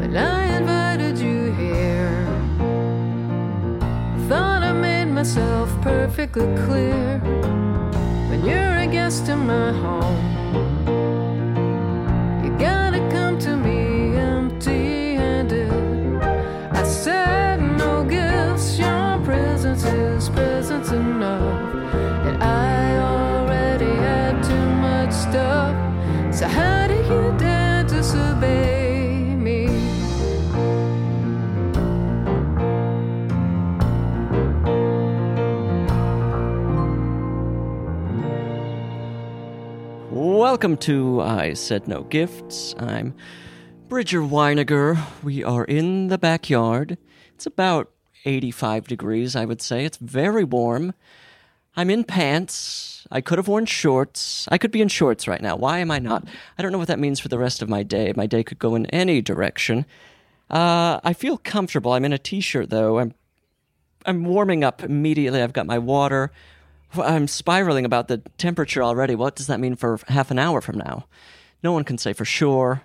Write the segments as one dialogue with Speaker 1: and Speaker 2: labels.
Speaker 1: When I invited you here, thought I made myself perfectly clear. When you're a guest in my home, you gotta come to me empty handed. I said, No gifts, your presence is presence enough. And I already had too much stuff. So, how do you dare disobey me?
Speaker 2: Welcome to I Said No Gifts. I'm Bridger Weiniger. We are in the backyard. It's about 85 degrees, I would say. It's very warm. I'm in pants. I could have worn shorts. I could be in shorts right now. Why am I not? I don't know what that means for the rest of my day. My day could go in any direction. Uh, I feel comfortable. I'm in a t-shirt though. I'm I'm warming up immediately. I've got my water. I'm spiraling about the temperature already. What does that mean for half an hour from now? No one can say for sure.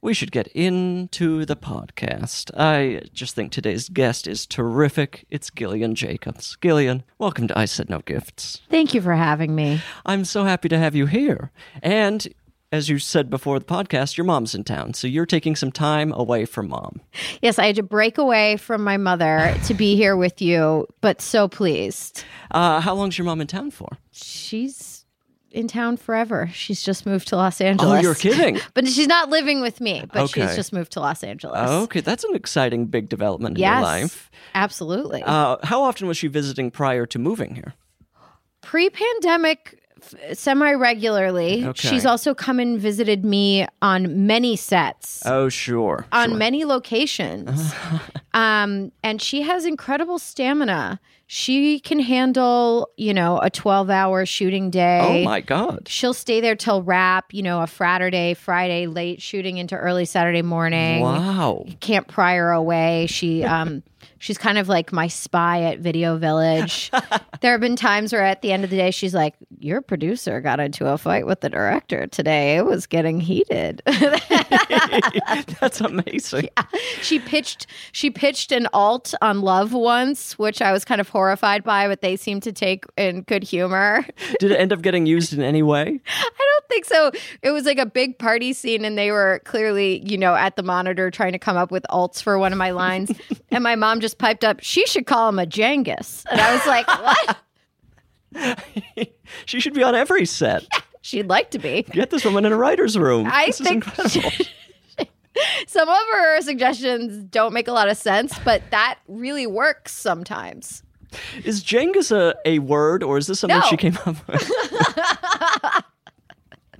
Speaker 2: We should get into the podcast. I just think today's guest is terrific. It's Gillian Jacobs. Gillian, welcome to I Said No Gifts.
Speaker 3: Thank you for having me.
Speaker 2: I'm so happy to have you here. And as you said before the podcast, your mom's in town, so you're taking some time away from mom.
Speaker 3: Yes, I had to break away from my mother to be here with you, but so pleased.
Speaker 2: Uh, how long's your mom in town for?
Speaker 3: She's in town forever. She's just moved to Los Angeles.
Speaker 2: Oh, you're kidding.
Speaker 3: but she's not living with me, but
Speaker 2: Okay.
Speaker 3: she's just moved to Los Angeles.
Speaker 2: okay, that's an exciting big development in
Speaker 3: Yes.
Speaker 2: your life.
Speaker 3: Absolutely.
Speaker 2: Uh, how often was she visiting prior to moving here?
Speaker 3: Pre-pandemic semi regularly.
Speaker 2: Okay.
Speaker 3: She's also come and visited me on many sets.
Speaker 2: Oh, sure.
Speaker 3: on
Speaker 2: sure.
Speaker 3: many locations. um, and she has incredible stamina. She can handle, you know, a 12 hour shooting day.
Speaker 2: Oh my God.
Speaker 3: She'll stay there till wrap, you know, a Saturday, Friday, late shooting into early Saturday morning.
Speaker 2: Wow.
Speaker 3: Can't pry her away. She, um, She's kind of like my spy at Video Village. there have been times where at the end of the day, she's like, Your producer got into a fight with the director today. It was getting heated.
Speaker 2: That's amazing.
Speaker 3: she pitched she pitched an alt on love once which i was kind of horrified by but they seemed to take in good humor
Speaker 2: Did it end up getting used in any way?
Speaker 3: i don't think so it was like a big party scene and they were clearly you know at the monitor trying to come up with alts for one of my lines and my mom just piped up she should call him a jengus and i was like what
Speaker 2: She should be on every set.
Speaker 3: she'd like to be
Speaker 2: Get this woman in a writer's room.
Speaker 3: I
Speaker 2: this
Speaker 3: think-
Speaker 2: is incredible.
Speaker 3: some of her suggestions don't make a lot of sense but that really works sometimes
Speaker 2: Is Jengus a, a word or is this something
Speaker 3: No.
Speaker 2: she came up with?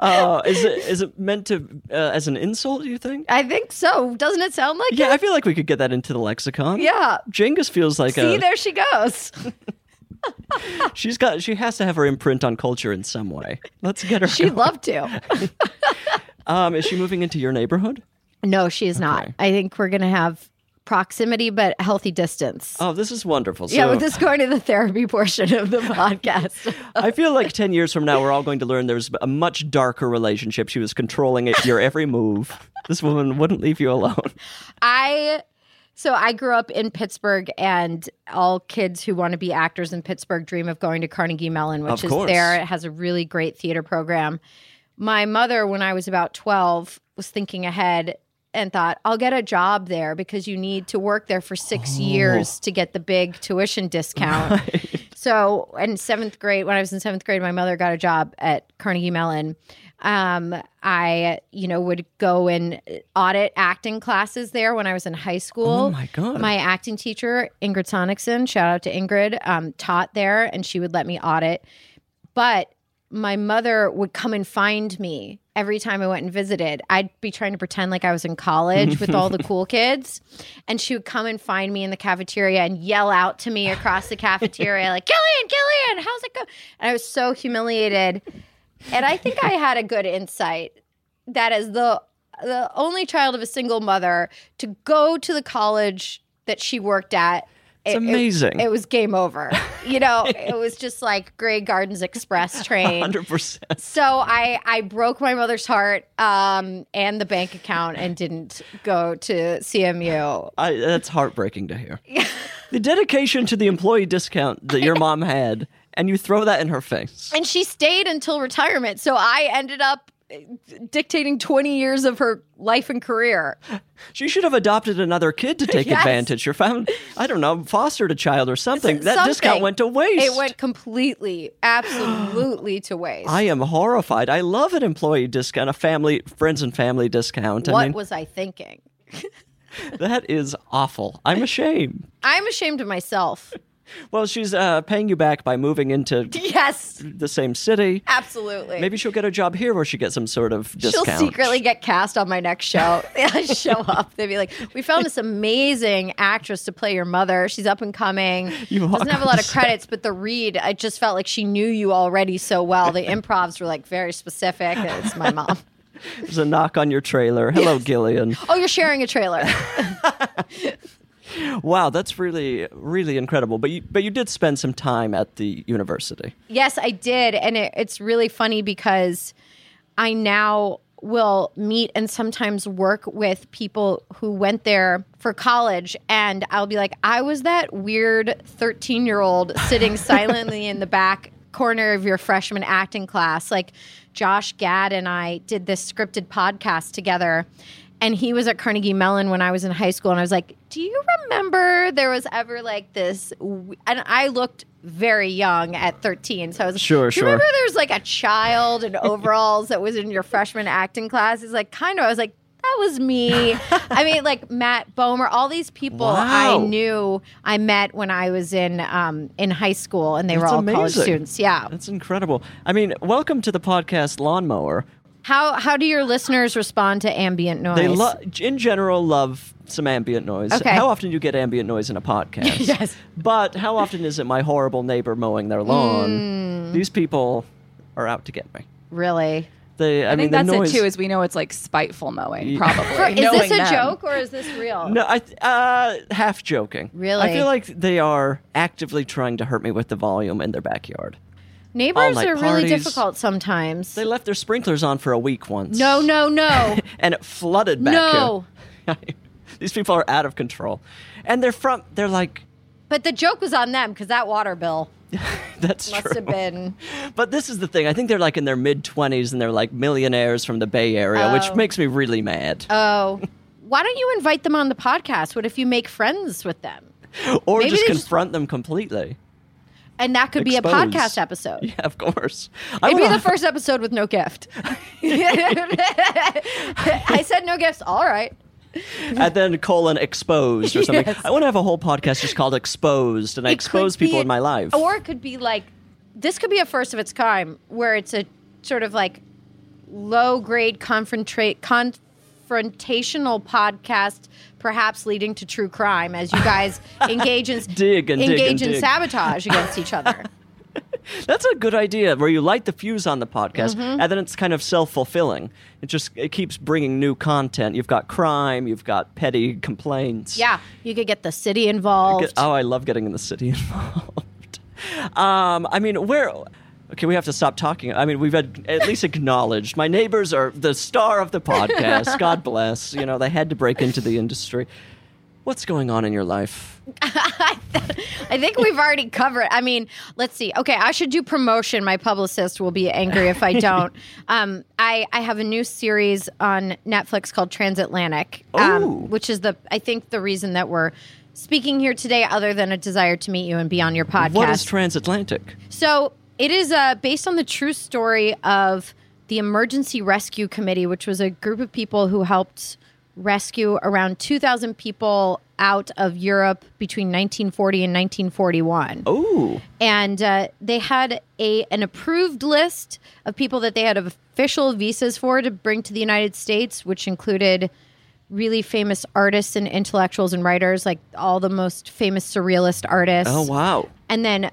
Speaker 2: uh, is it is it meant to uh, as an insult? You think?
Speaker 3: i think so doesn't it sound like
Speaker 2: Yeah,
Speaker 3: it
Speaker 2: I feel like we could get that into the lexicon.
Speaker 3: yeah
Speaker 2: Jengus feels like
Speaker 3: see
Speaker 2: a
Speaker 3: there she goes
Speaker 2: she's got she has to have her imprint on culture in some way. Let's get her.
Speaker 3: She'd love to.
Speaker 2: Um, is she moving into your neighborhood?
Speaker 3: No, she is not. I think we're going to have proximity, but healthy distance.
Speaker 2: Oh, this is wonderful. So,
Speaker 3: yeah, with this going to the therapy portion of the podcast.
Speaker 2: I feel like 10 years from now, we're all going to learn there's a much darker relationship. She was controlling it, your every move. This woman wouldn't leave you alone.
Speaker 3: I. So I grew up in Pittsburgh, and all kids who want to be actors in Pittsburgh dream of going to Carnegie Mellon,
Speaker 2: Of
Speaker 3: which is
Speaker 2: course.
Speaker 3: there. It has a really great theater program. My mother, when I was about twelve, was thinking ahead and thought, "I'll get a job
Speaker 2: Oh.
Speaker 3: there because you need to work there for six years to get the big tuition discount." So in seventh grade, when I was in seventh grade, my mother got a job at Carnegie Mellon. Um, I, you know, would go and audit acting classes there when I was in high school.
Speaker 2: Oh my God.
Speaker 3: My acting teacher, Ingrid Sonicson, shout out to Ingrid, um, taught there and she would let me audit. But my mother would come and find me every time I went and visited. I'd be trying to pretend like I was in college with all the cool kids. And she would come and find me in the cafeteria and yell out to me across the cafeteria, like, Gillian, Gillian, how's it going? And I was so humiliated. And I think I had a good insight that as the the only child of a single mother to go to the college that she worked at
Speaker 2: It's
Speaker 3: it- it-
Speaker 2: amazing.
Speaker 3: It, was game over. You know, it was just like Grey Gardens Express train.
Speaker 2: 100%.
Speaker 3: So I I broke my mother's heart um, and the bank account and didn't go to CMU.
Speaker 2: I, that's heartbreaking to hear. the dedication to the employee discount that your mom had, and you throw that in her face.
Speaker 3: And she stayed until retirement. So I ended up eh, dictating 20 years of her life and career.
Speaker 2: She should have adopted another kid to take
Speaker 3: Yes.
Speaker 2: advantage or found, I don't know, fostered a child or something. That discount
Speaker 3: Something.
Speaker 2: went to waste.
Speaker 3: It went completely, absolutely to waste.
Speaker 2: I am horrified. I love an employee discount, a family, friends and family discount. I
Speaker 3: what
Speaker 2: mean,
Speaker 3: was I thinking?
Speaker 2: that is awful. I'm ashamed.
Speaker 3: I'm ashamed of myself.
Speaker 2: Well, she's uh, paying you back by moving into
Speaker 3: yes,
Speaker 2: the same city.
Speaker 3: absolutely.
Speaker 2: Maybe she'll get a job here where she gets some sort of
Speaker 3: She'll
Speaker 2: discount.
Speaker 3: secretly get cast on my next show. I show up. They'd be like, "We found this amazing actress to play your mother. She's up and coming.
Speaker 2: You walk
Speaker 3: Doesn't have a
Speaker 2: on
Speaker 3: lot
Speaker 2: the
Speaker 3: of credits, but the read, I just felt like she knew you already so well. The improvs were like very specific. It's my mom.
Speaker 2: There's a knock on your trailer. Hello, Gillian.
Speaker 3: Oh, you're sharing a trailer.
Speaker 2: Wow, that's really, really incredible. But you, but you did spend some time at the university.
Speaker 3: Yes, I did. And it, it's really funny because I now will meet and sometimes work with people who went there for college. And I'll be like, I was that weird 13 year old sitting silently in the back corner of your freshman acting class. Like Josh Gad and I did this scripted podcast together. And he was at Carnegie Mellon when I was in high school. And I was like, Do you remember there was ever like this? w- And I looked very young at 13. So I was like,
Speaker 2: Sure,
Speaker 3: "Do you
Speaker 2: sure.
Speaker 3: remember there's like a child in overalls that was in your freshman acting class. He's like, kind of. I was like, that was me. I mean, like Matt Bomer, all these people
Speaker 2: Wow.
Speaker 3: I knew I met when I was in um, in high school, and they were
Speaker 2: That's
Speaker 3: all college
Speaker 2: amazing.
Speaker 3: students. Yeah.
Speaker 2: That's incredible. I mean, welcome to the podcast Lawnmower.
Speaker 3: How how do your listeners respond to ambient noise?
Speaker 2: They lo- in general love some ambient noise.
Speaker 3: Okay.
Speaker 2: How often do you get ambient noise in a podcast?
Speaker 3: Yes.
Speaker 2: But how often is it my horrible neighbor mowing their
Speaker 3: Hmm.
Speaker 2: lawn? These people are out to get me.
Speaker 3: really.
Speaker 2: They, I,
Speaker 4: I,
Speaker 2: mean,
Speaker 4: think that's
Speaker 2: the noise.
Speaker 4: it too. Is we know it's like spiteful mowing,
Speaker 2: Yeah.
Speaker 4: probably.
Speaker 3: For- is
Speaker 4: knowing
Speaker 3: this a
Speaker 4: them.
Speaker 3: joke or is this real?
Speaker 2: No, I th- uh, half joking. I
Speaker 3: Really?
Speaker 2: feel like they are actively trying to hurt me with the volume in their backyard.
Speaker 3: Neighbors
Speaker 2: all-night
Speaker 3: are really
Speaker 2: Oh, parties.
Speaker 3: difficult sometimes.
Speaker 2: They left their sprinklers on for a week once.
Speaker 3: no, no, no,
Speaker 2: and it flooded back
Speaker 3: no.
Speaker 2: here. These people are out of control, and they're from. They're like,
Speaker 3: But the joke was on them because that water bill
Speaker 2: that's
Speaker 3: must
Speaker 2: true.
Speaker 3: have been.
Speaker 2: But this is the thing. I think they're like in their mid twenties, and they're like millionaires from the Bay Area, which
Speaker 3: Oh.
Speaker 2: makes me really mad.
Speaker 3: Oh, why don't you invite them on the podcast? What if you make friends with them?
Speaker 2: or
Speaker 3: Oh. maybe
Speaker 2: just
Speaker 3: they just-
Speaker 2: confront them completely.
Speaker 3: And that could be a
Speaker 2: Expose. Oh.
Speaker 3: podcast episode.
Speaker 2: Yeah, of course. I
Speaker 3: It'd be
Speaker 2: wanna-
Speaker 3: the first episode with no gift. I said no gifts. All right.
Speaker 2: and then colon exposed or something. I want to have a whole podcast just called exposed, and I
Speaker 3: It
Speaker 2: expose
Speaker 3: could be
Speaker 2: people
Speaker 3: a-
Speaker 2: in my life.
Speaker 3: Or it could be like this could be a first of its kind where it's a sort of like low grade confrontra- confrontational podcast, perhaps leading to true crime as you guys engage in
Speaker 2: Dig and dig and
Speaker 3: engage in
Speaker 2: dig.
Speaker 3: sabotage against each other.
Speaker 2: That's a good idea where you light the fuse on the podcast
Speaker 3: Mm-hmm.
Speaker 2: and then it's kind of self-fulfilling. It just it keeps bringing new content. You've got crime, you've got petty complaints.
Speaker 3: yeah. You could get the city
Speaker 2: Get-
Speaker 3: involved.
Speaker 2: oh, I love getting in the city involved. Um, I mean, where Okay, we have to stop talking. I mean, we've had, at least acknowledged my neighbors are the star of the podcast. God bless. You know, they had to break into the industry. What's going on in your life?
Speaker 3: I think we've already covered. I mean, let's see. Okay, I should do promotion. My publicist will be angry if I don't. um, I I have a new series on Netflix called Transatlantic,
Speaker 2: Ooh.
Speaker 3: um, which is the I think the reason that we're speaking here today other than a desire to meet you and be on your podcast.
Speaker 2: What is transatlantic?
Speaker 3: So it is uh, based on the true story of the Emergency Rescue Committee, which was a group of people who helped rescue around 2,000 people out of Europe between 1940 and 1941
Speaker 2: Oh. Ooh.
Speaker 3: and uh, they had a an approved list of people that they had official visas for to bring to the United States, which included really famous artists and intellectuals and writers, like all the most famous surrealist artists.
Speaker 2: Oh wow.
Speaker 3: And then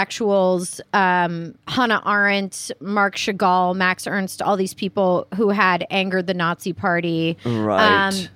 Speaker 3: intellectuals, um, Hannah Arendt, Mark Chagall, Max Ernst, all these people who had angered the Nazi Party.
Speaker 2: Right.
Speaker 3: Um,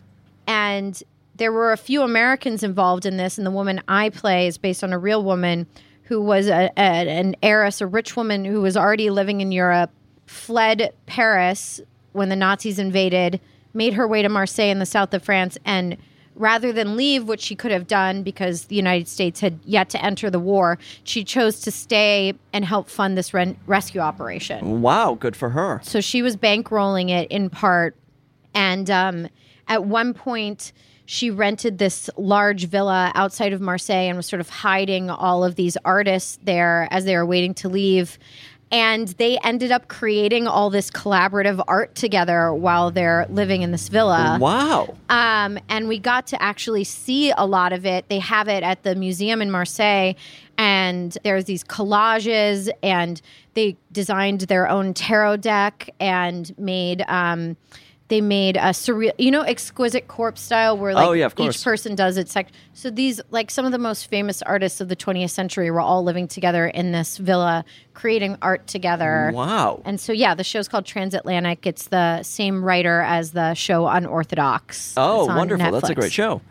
Speaker 3: and there were a few Americans involved in this, and the woman I play is based on a real woman who was a, a, an heiress, a rich woman who was already living in Europe, fled Paris when the Nazis invaded, made her way to Marseille in the south of France, and rather than leave, which she could have done because the United States had yet to enter the war, she chose to stay and help fund this ren- rescue operation.
Speaker 2: wow, good for her.
Speaker 3: So she was bankrolling it in part. And um, at one point, she rented this large villa outside of Marseille and was sort of hiding all of these artists there as they were waiting to leave. And they ended up creating all this collaborative art together while they're living in this villa.
Speaker 2: wow.
Speaker 3: Um, and we got to actually see a lot of it. They have it at the museum in Marseille, and there's these collages, and they designed their own tarot deck and made. Um, they made a surreal, you know, exquisite corpse style where like
Speaker 2: Oh, yeah, of
Speaker 3: each
Speaker 2: course.
Speaker 3: person does its sec- so these like some of the most famous artists of the 20th century were all living together in this villa creating art together.
Speaker 2: Wow.
Speaker 3: And so, yeah, the show's called Transatlantic. It's the same writer as the show Unorthodox.
Speaker 2: Oh,
Speaker 3: It's on
Speaker 2: wonderful. That's a
Speaker 3: Netflix.
Speaker 2: great show.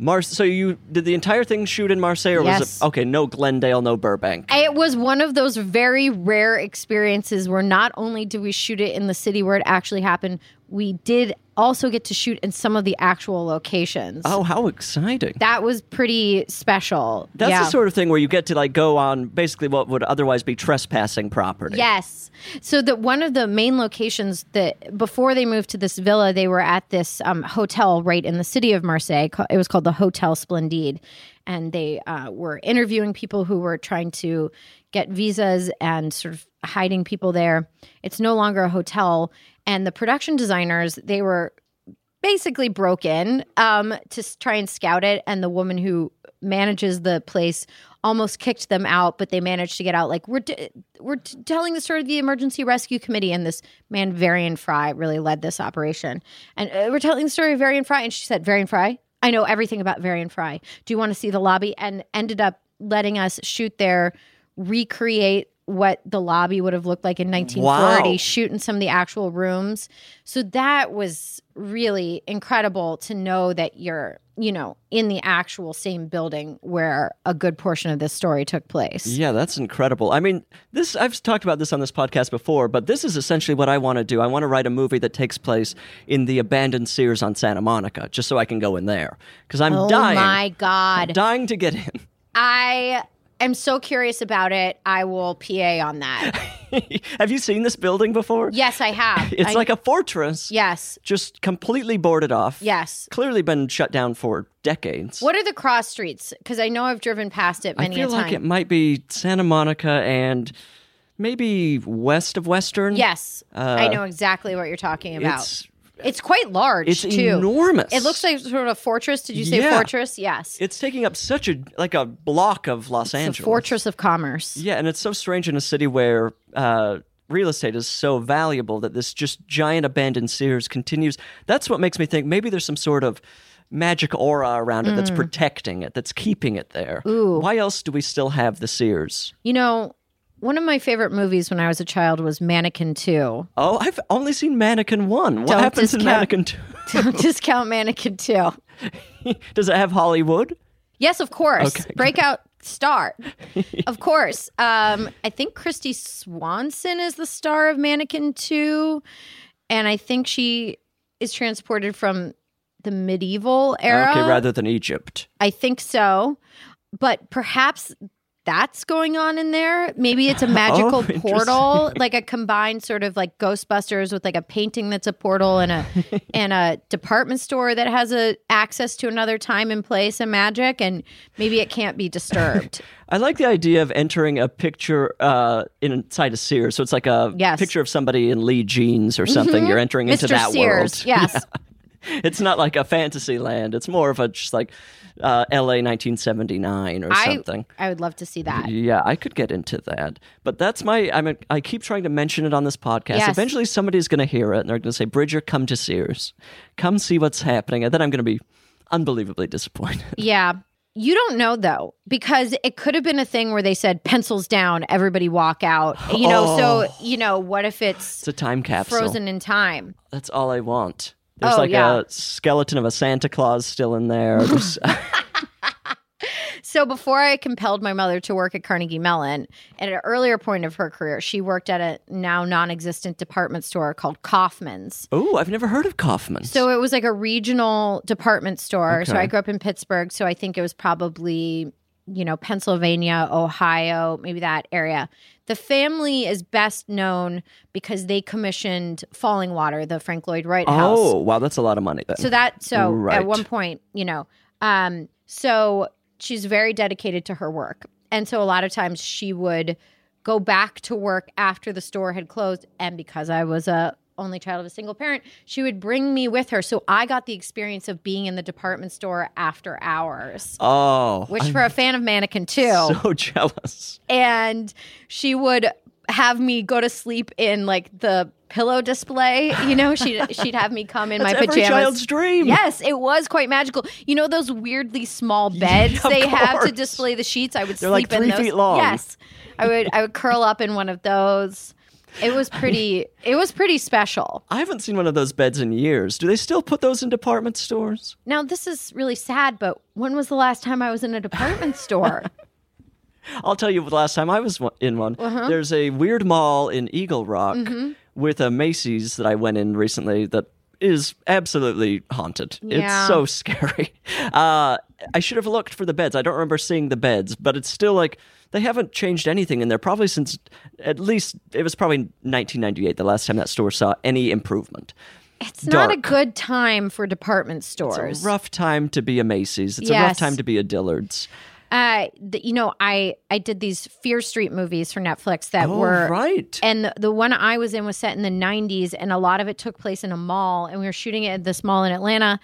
Speaker 2: Mar- so you did the entire thing shoot in Marseille or was
Speaker 3: Yes.
Speaker 2: it Okay, no Glendale, no Burbank.
Speaker 3: It was one of those very rare experiences where not only did we shoot it in the city where it actually happened, we did also get to shoot in some of the actual locations.
Speaker 2: Oh, how exciting.
Speaker 3: That was pretty special.
Speaker 2: That's
Speaker 3: yeah.
Speaker 2: the sort of thing where you get to like go on basically what would otherwise be trespassing property.
Speaker 3: Yes. So that one of the main locations that before they moved to this villa, they were at this um, hotel right in the city of Marseille. Ca- It was called the Hotel Splendide, and they uh, were interviewing people who were trying to get visas and sort of hiding people there. It's no longer a hotel, and the production designers they were basically broken um, to s- try and scout it. And the woman who manages the place almost kicked them out, but they managed to get out. Like we're t- we're t- telling the story of the emergency rescue committee, and this man Varian Fry really led this operation. And uh, we're telling the story of Varian Fry, and she said, "Varian Fry, I know everything about Varian Fry. Do you want to see the lobby?" And ended up letting us shoot there, recreate. What the lobby would have looked like in 1940,
Speaker 2: Wow.
Speaker 3: shoot in some of the actual rooms. So that was really incredible to know that you're, you know, in the actual same building where a good portion of this story took place.
Speaker 2: Yeah, that's incredible. I mean, this I've talked about this on this podcast before, but this is essentially what I want to do. I want to write a movie that takes place in the abandoned Sears on Santa Monica, just so I can go in there because I'm
Speaker 3: Oh
Speaker 2: dying,
Speaker 3: my God.
Speaker 2: dying to get in.
Speaker 3: I am so curious about it. I will PA on that.
Speaker 2: have you seen this building before?
Speaker 3: Yes, I have.
Speaker 2: it's
Speaker 3: I-
Speaker 2: like a fortress.
Speaker 3: Yes.
Speaker 2: just completely boarded off.
Speaker 3: Yes.
Speaker 2: clearly been shut down for decades.
Speaker 3: What are the cross streets? Because I know I've driven past it
Speaker 2: I
Speaker 3: many
Speaker 2: feel
Speaker 3: a time.
Speaker 2: like it might be Santa Monica and maybe west of Western.
Speaker 3: yes. I know exactly what you're talking about. It's,
Speaker 2: Uh, It's
Speaker 3: quite large,
Speaker 2: it's
Speaker 3: too.
Speaker 2: enormous.
Speaker 3: It looks like sort of a fortress. Did you say
Speaker 2: Yeah.
Speaker 3: fortress? Yes.
Speaker 2: it's taking up such a like a block of Los
Speaker 3: It's a
Speaker 2: Angeles.
Speaker 3: fortress of commerce.
Speaker 2: Yeah, and it's so strange in a city where uh, real estate is so valuable that this just giant abandoned Sears continues. That's what makes me think maybe there's some sort of magic aura around it that's protecting it, that's keeping it there.
Speaker 3: Mm. Ooh.
Speaker 2: Why else do we still have the Sears?
Speaker 3: You know, one of my favorite movies when I was a child was Mannequin 2.
Speaker 2: Oh, I've only seen Mannequin One. What
Speaker 3: Don't
Speaker 2: happens in
Speaker 3: discount-
Speaker 2: Mannequin Two?
Speaker 3: Don't discount Mannequin 2.
Speaker 2: Does it have Hollywood?
Speaker 3: Yes, of course.
Speaker 2: Okay.
Speaker 3: Breakout star. of course. Um, I think Christy Swanson is the star of Mannequin 2. And I think she is transported from the medieval era.
Speaker 2: Okay, rather than Egypt.
Speaker 3: I think so. But perhaps that's going on in there. Maybe it's a magical
Speaker 2: Oh, interesting.
Speaker 3: portal, like a combined sort of like Ghostbusters with like a painting that's a portal and a and a department store that has a access to another time and place and magic, and maybe it can't be disturbed.
Speaker 2: I like the idea of entering a picture uh, inside a Sears. So it's like a
Speaker 3: Yes.
Speaker 2: picture of somebody in Lee jeans or something. You're entering into
Speaker 3: Mr.
Speaker 2: that
Speaker 3: Sears,
Speaker 2: world.
Speaker 3: yes.
Speaker 2: Yeah. It's not like a fantasy land. It's more of a just like uh, L.A. 1979 or
Speaker 3: I
Speaker 2: something.
Speaker 3: I would love to see that.
Speaker 2: Yeah, I could get into that. But that's my I mean I keep trying to mention it on this podcast.
Speaker 3: Yes.
Speaker 2: Eventually somebody's gonna hear it and they're gonna say, Bridger, come to Sears. Come see what's happening. And then I'm gonna be unbelievably disappointed.
Speaker 3: Yeah. You don't know though, because it could have been a thing where they said pencils down, everybody walk out. You know,
Speaker 2: Oh.
Speaker 3: so you know, what if it's,
Speaker 2: It's a time capsule.
Speaker 3: frozen in time?
Speaker 2: That's all I want. There's
Speaker 3: Oh,
Speaker 2: like
Speaker 3: yeah.
Speaker 2: a skeleton of a Santa Claus still in there. There's- uh,
Speaker 3: So before I compelled my mother to work at Carnegie Mellon, at an earlier point of her career, she worked at a now non-existent department store called Kaufman's.
Speaker 2: oh, I've never heard of Kaufman's.
Speaker 3: So it was like a regional department store. So
Speaker 2: Okay.
Speaker 3: I grew up in Pittsburgh. So I think it was probably, you know, Pennsylvania, Ohio, maybe that area. The family is best known because they commissioned Falling Water, the Frank Lloyd Wright house.
Speaker 2: oh, wow, that's a lot of money then.
Speaker 3: So that so
Speaker 2: Right.
Speaker 3: at one point, you know, um, so she's very dedicated to her work, and so a lot of times she would go back to work after the store had closed, and because I was a only child of a single parent, she would bring me with her, so I got the experience of being in the department store after hours.
Speaker 2: oh,
Speaker 3: Which
Speaker 2: I'm
Speaker 3: for a fan of Mannequin too,
Speaker 2: so jealous.
Speaker 3: and she would have me go to sleep in like the pillow display. You know, she would she'd have me come in
Speaker 2: That's
Speaker 3: my
Speaker 2: every
Speaker 3: pajamas.
Speaker 2: child's dream.
Speaker 3: Yes, it was quite magical. You know those weirdly small beds
Speaker 2: of
Speaker 3: they have to
Speaker 2: course.
Speaker 3: display the sheets. I would
Speaker 2: They're like
Speaker 3: sleep in
Speaker 2: three
Speaker 3: those.
Speaker 2: feet long.
Speaker 3: Yes, I would. I would curl up in one of those. It was pretty. It was pretty special.
Speaker 2: I haven't seen one of those beds in years. Do they still put those in department stores?
Speaker 3: Now this is really sad, but when was the last time I was in a department store?
Speaker 2: I'll tell you the last time I was one- in one.
Speaker 3: Uh-huh.
Speaker 2: There's a weird mall in Eagle Rock
Speaker 3: Mm-hmm.
Speaker 2: with a Macy's that I went in recently that is absolutely haunted.
Speaker 3: Yeah.
Speaker 2: It's so scary. Uh, I should have looked for the beds. I don't remember seeing the beds, but it's still like they haven't changed anything in there probably since at least it was probably 1998 the last time that store saw any improvement.
Speaker 3: It's not a
Speaker 2: Dark.
Speaker 3: good time for department stores.
Speaker 2: It's a rough time to be a Macy's. It's a
Speaker 3: Yes.
Speaker 2: rough time to be a Dillard's.
Speaker 3: uh, th- you know, I I did these Fear Street movies for Netflix that
Speaker 2: Oh,
Speaker 3: were
Speaker 2: right.
Speaker 3: and the, the one I was in was set in the 90s, and a lot of it took place in a mall, and we were shooting it at this mall in Atlanta.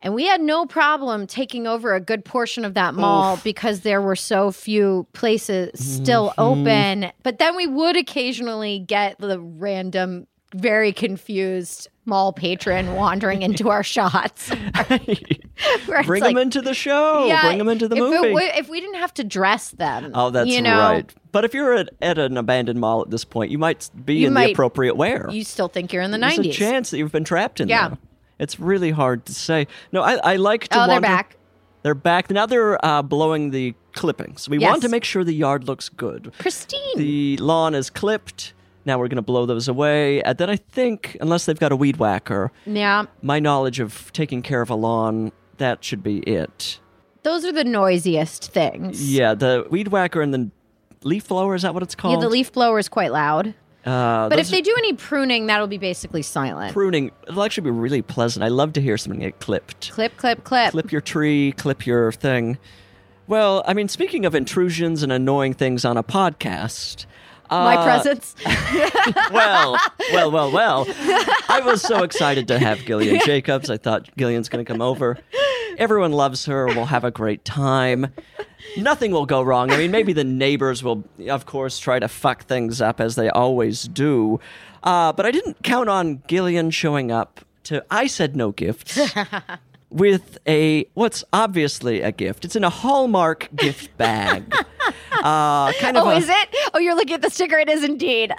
Speaker 3: And we had no problem taking over a good portion of that mall because there were so few places
Speaker 2: Mm-hmm.
Speaker 3: still open. But then we would occasionally get the random, very confused mall patron wandering into our shots. Where it's
Speaker 2: Bring
Speaker 3: like,
Speaker 2: them into the show. Bring them into the
Speaker 3: if it
Speaker 2: movie.
Speaker 3: wa- if we didn't have to dress them.
Speaker 2: Oh, that's
Speaker 3: you know,
Speaker 2: right. But if you're at, at an abandoned mall at this point, you might be in
Speaker 3: might-
Speaker 2: the appropriate wear.
Speaker 3: You still think you're in the
Speaker 2: There's
Speaker 3: 90s.
Speaker 2: a chance that you've been trapped in
Speaker 3: Yeah.
Speaker 2: there. It's really hard to say. No, I, I like to.
Speaker 3: Oh, they're
Speaker 2: wander-
Speaker 3: back.
Speaker 2: They're back now. They're uh, blowing the clippings. We
Speaker 3: Yes.
Speaker 2: want to make sure the yard looks good.
Speaker 3: Pristine.
Speaker 2: The lawn is clipped. Now we're going to blow those away. And then I think, unless they've got a weed whacker,
Speaker 3: Yeah.
Speaker 2: my knowledge of taking care of a lawn, that should be it.
Speaker 3: Those are the noisiest things.
Speaker 2: Yeah, the weed whacker and the leaf blower is that what it's called?
Speaker 3: Yeah, the leaf blower is quite loud.
Speaker 2: Oh. Uh,
Speaker 3: But
Speaker 2: those
Speaker 3: if they do any pruning, that'll be basically silent.
Speaker 2: pruning it'll actually be really pleasant i love to hear something get clipped
Speaker 3: clip, clip, clip.
Speaker 2: clip your tree clip your thing well i mean speaking of intrusions and annoying things on a podcast uh,
Speaker 3: My presence.
Speaker 2: well well well well i was so excited to have gillian jacobs i thought gillian's going to come over everyone loves her we'll have a great time nothing will go wrong i mean maybe the neighbors will of course try to fuck things up as they always do uh, but i didn't count on gillian showing up to i said no gifts with a what's obviously a gift it's in a hallmark gift bag uh, kind of
Speaker 3: Oh,
Speaker 2: a-
Speaker 3: is it? Oh, you're looking at the sticker. It is indeed.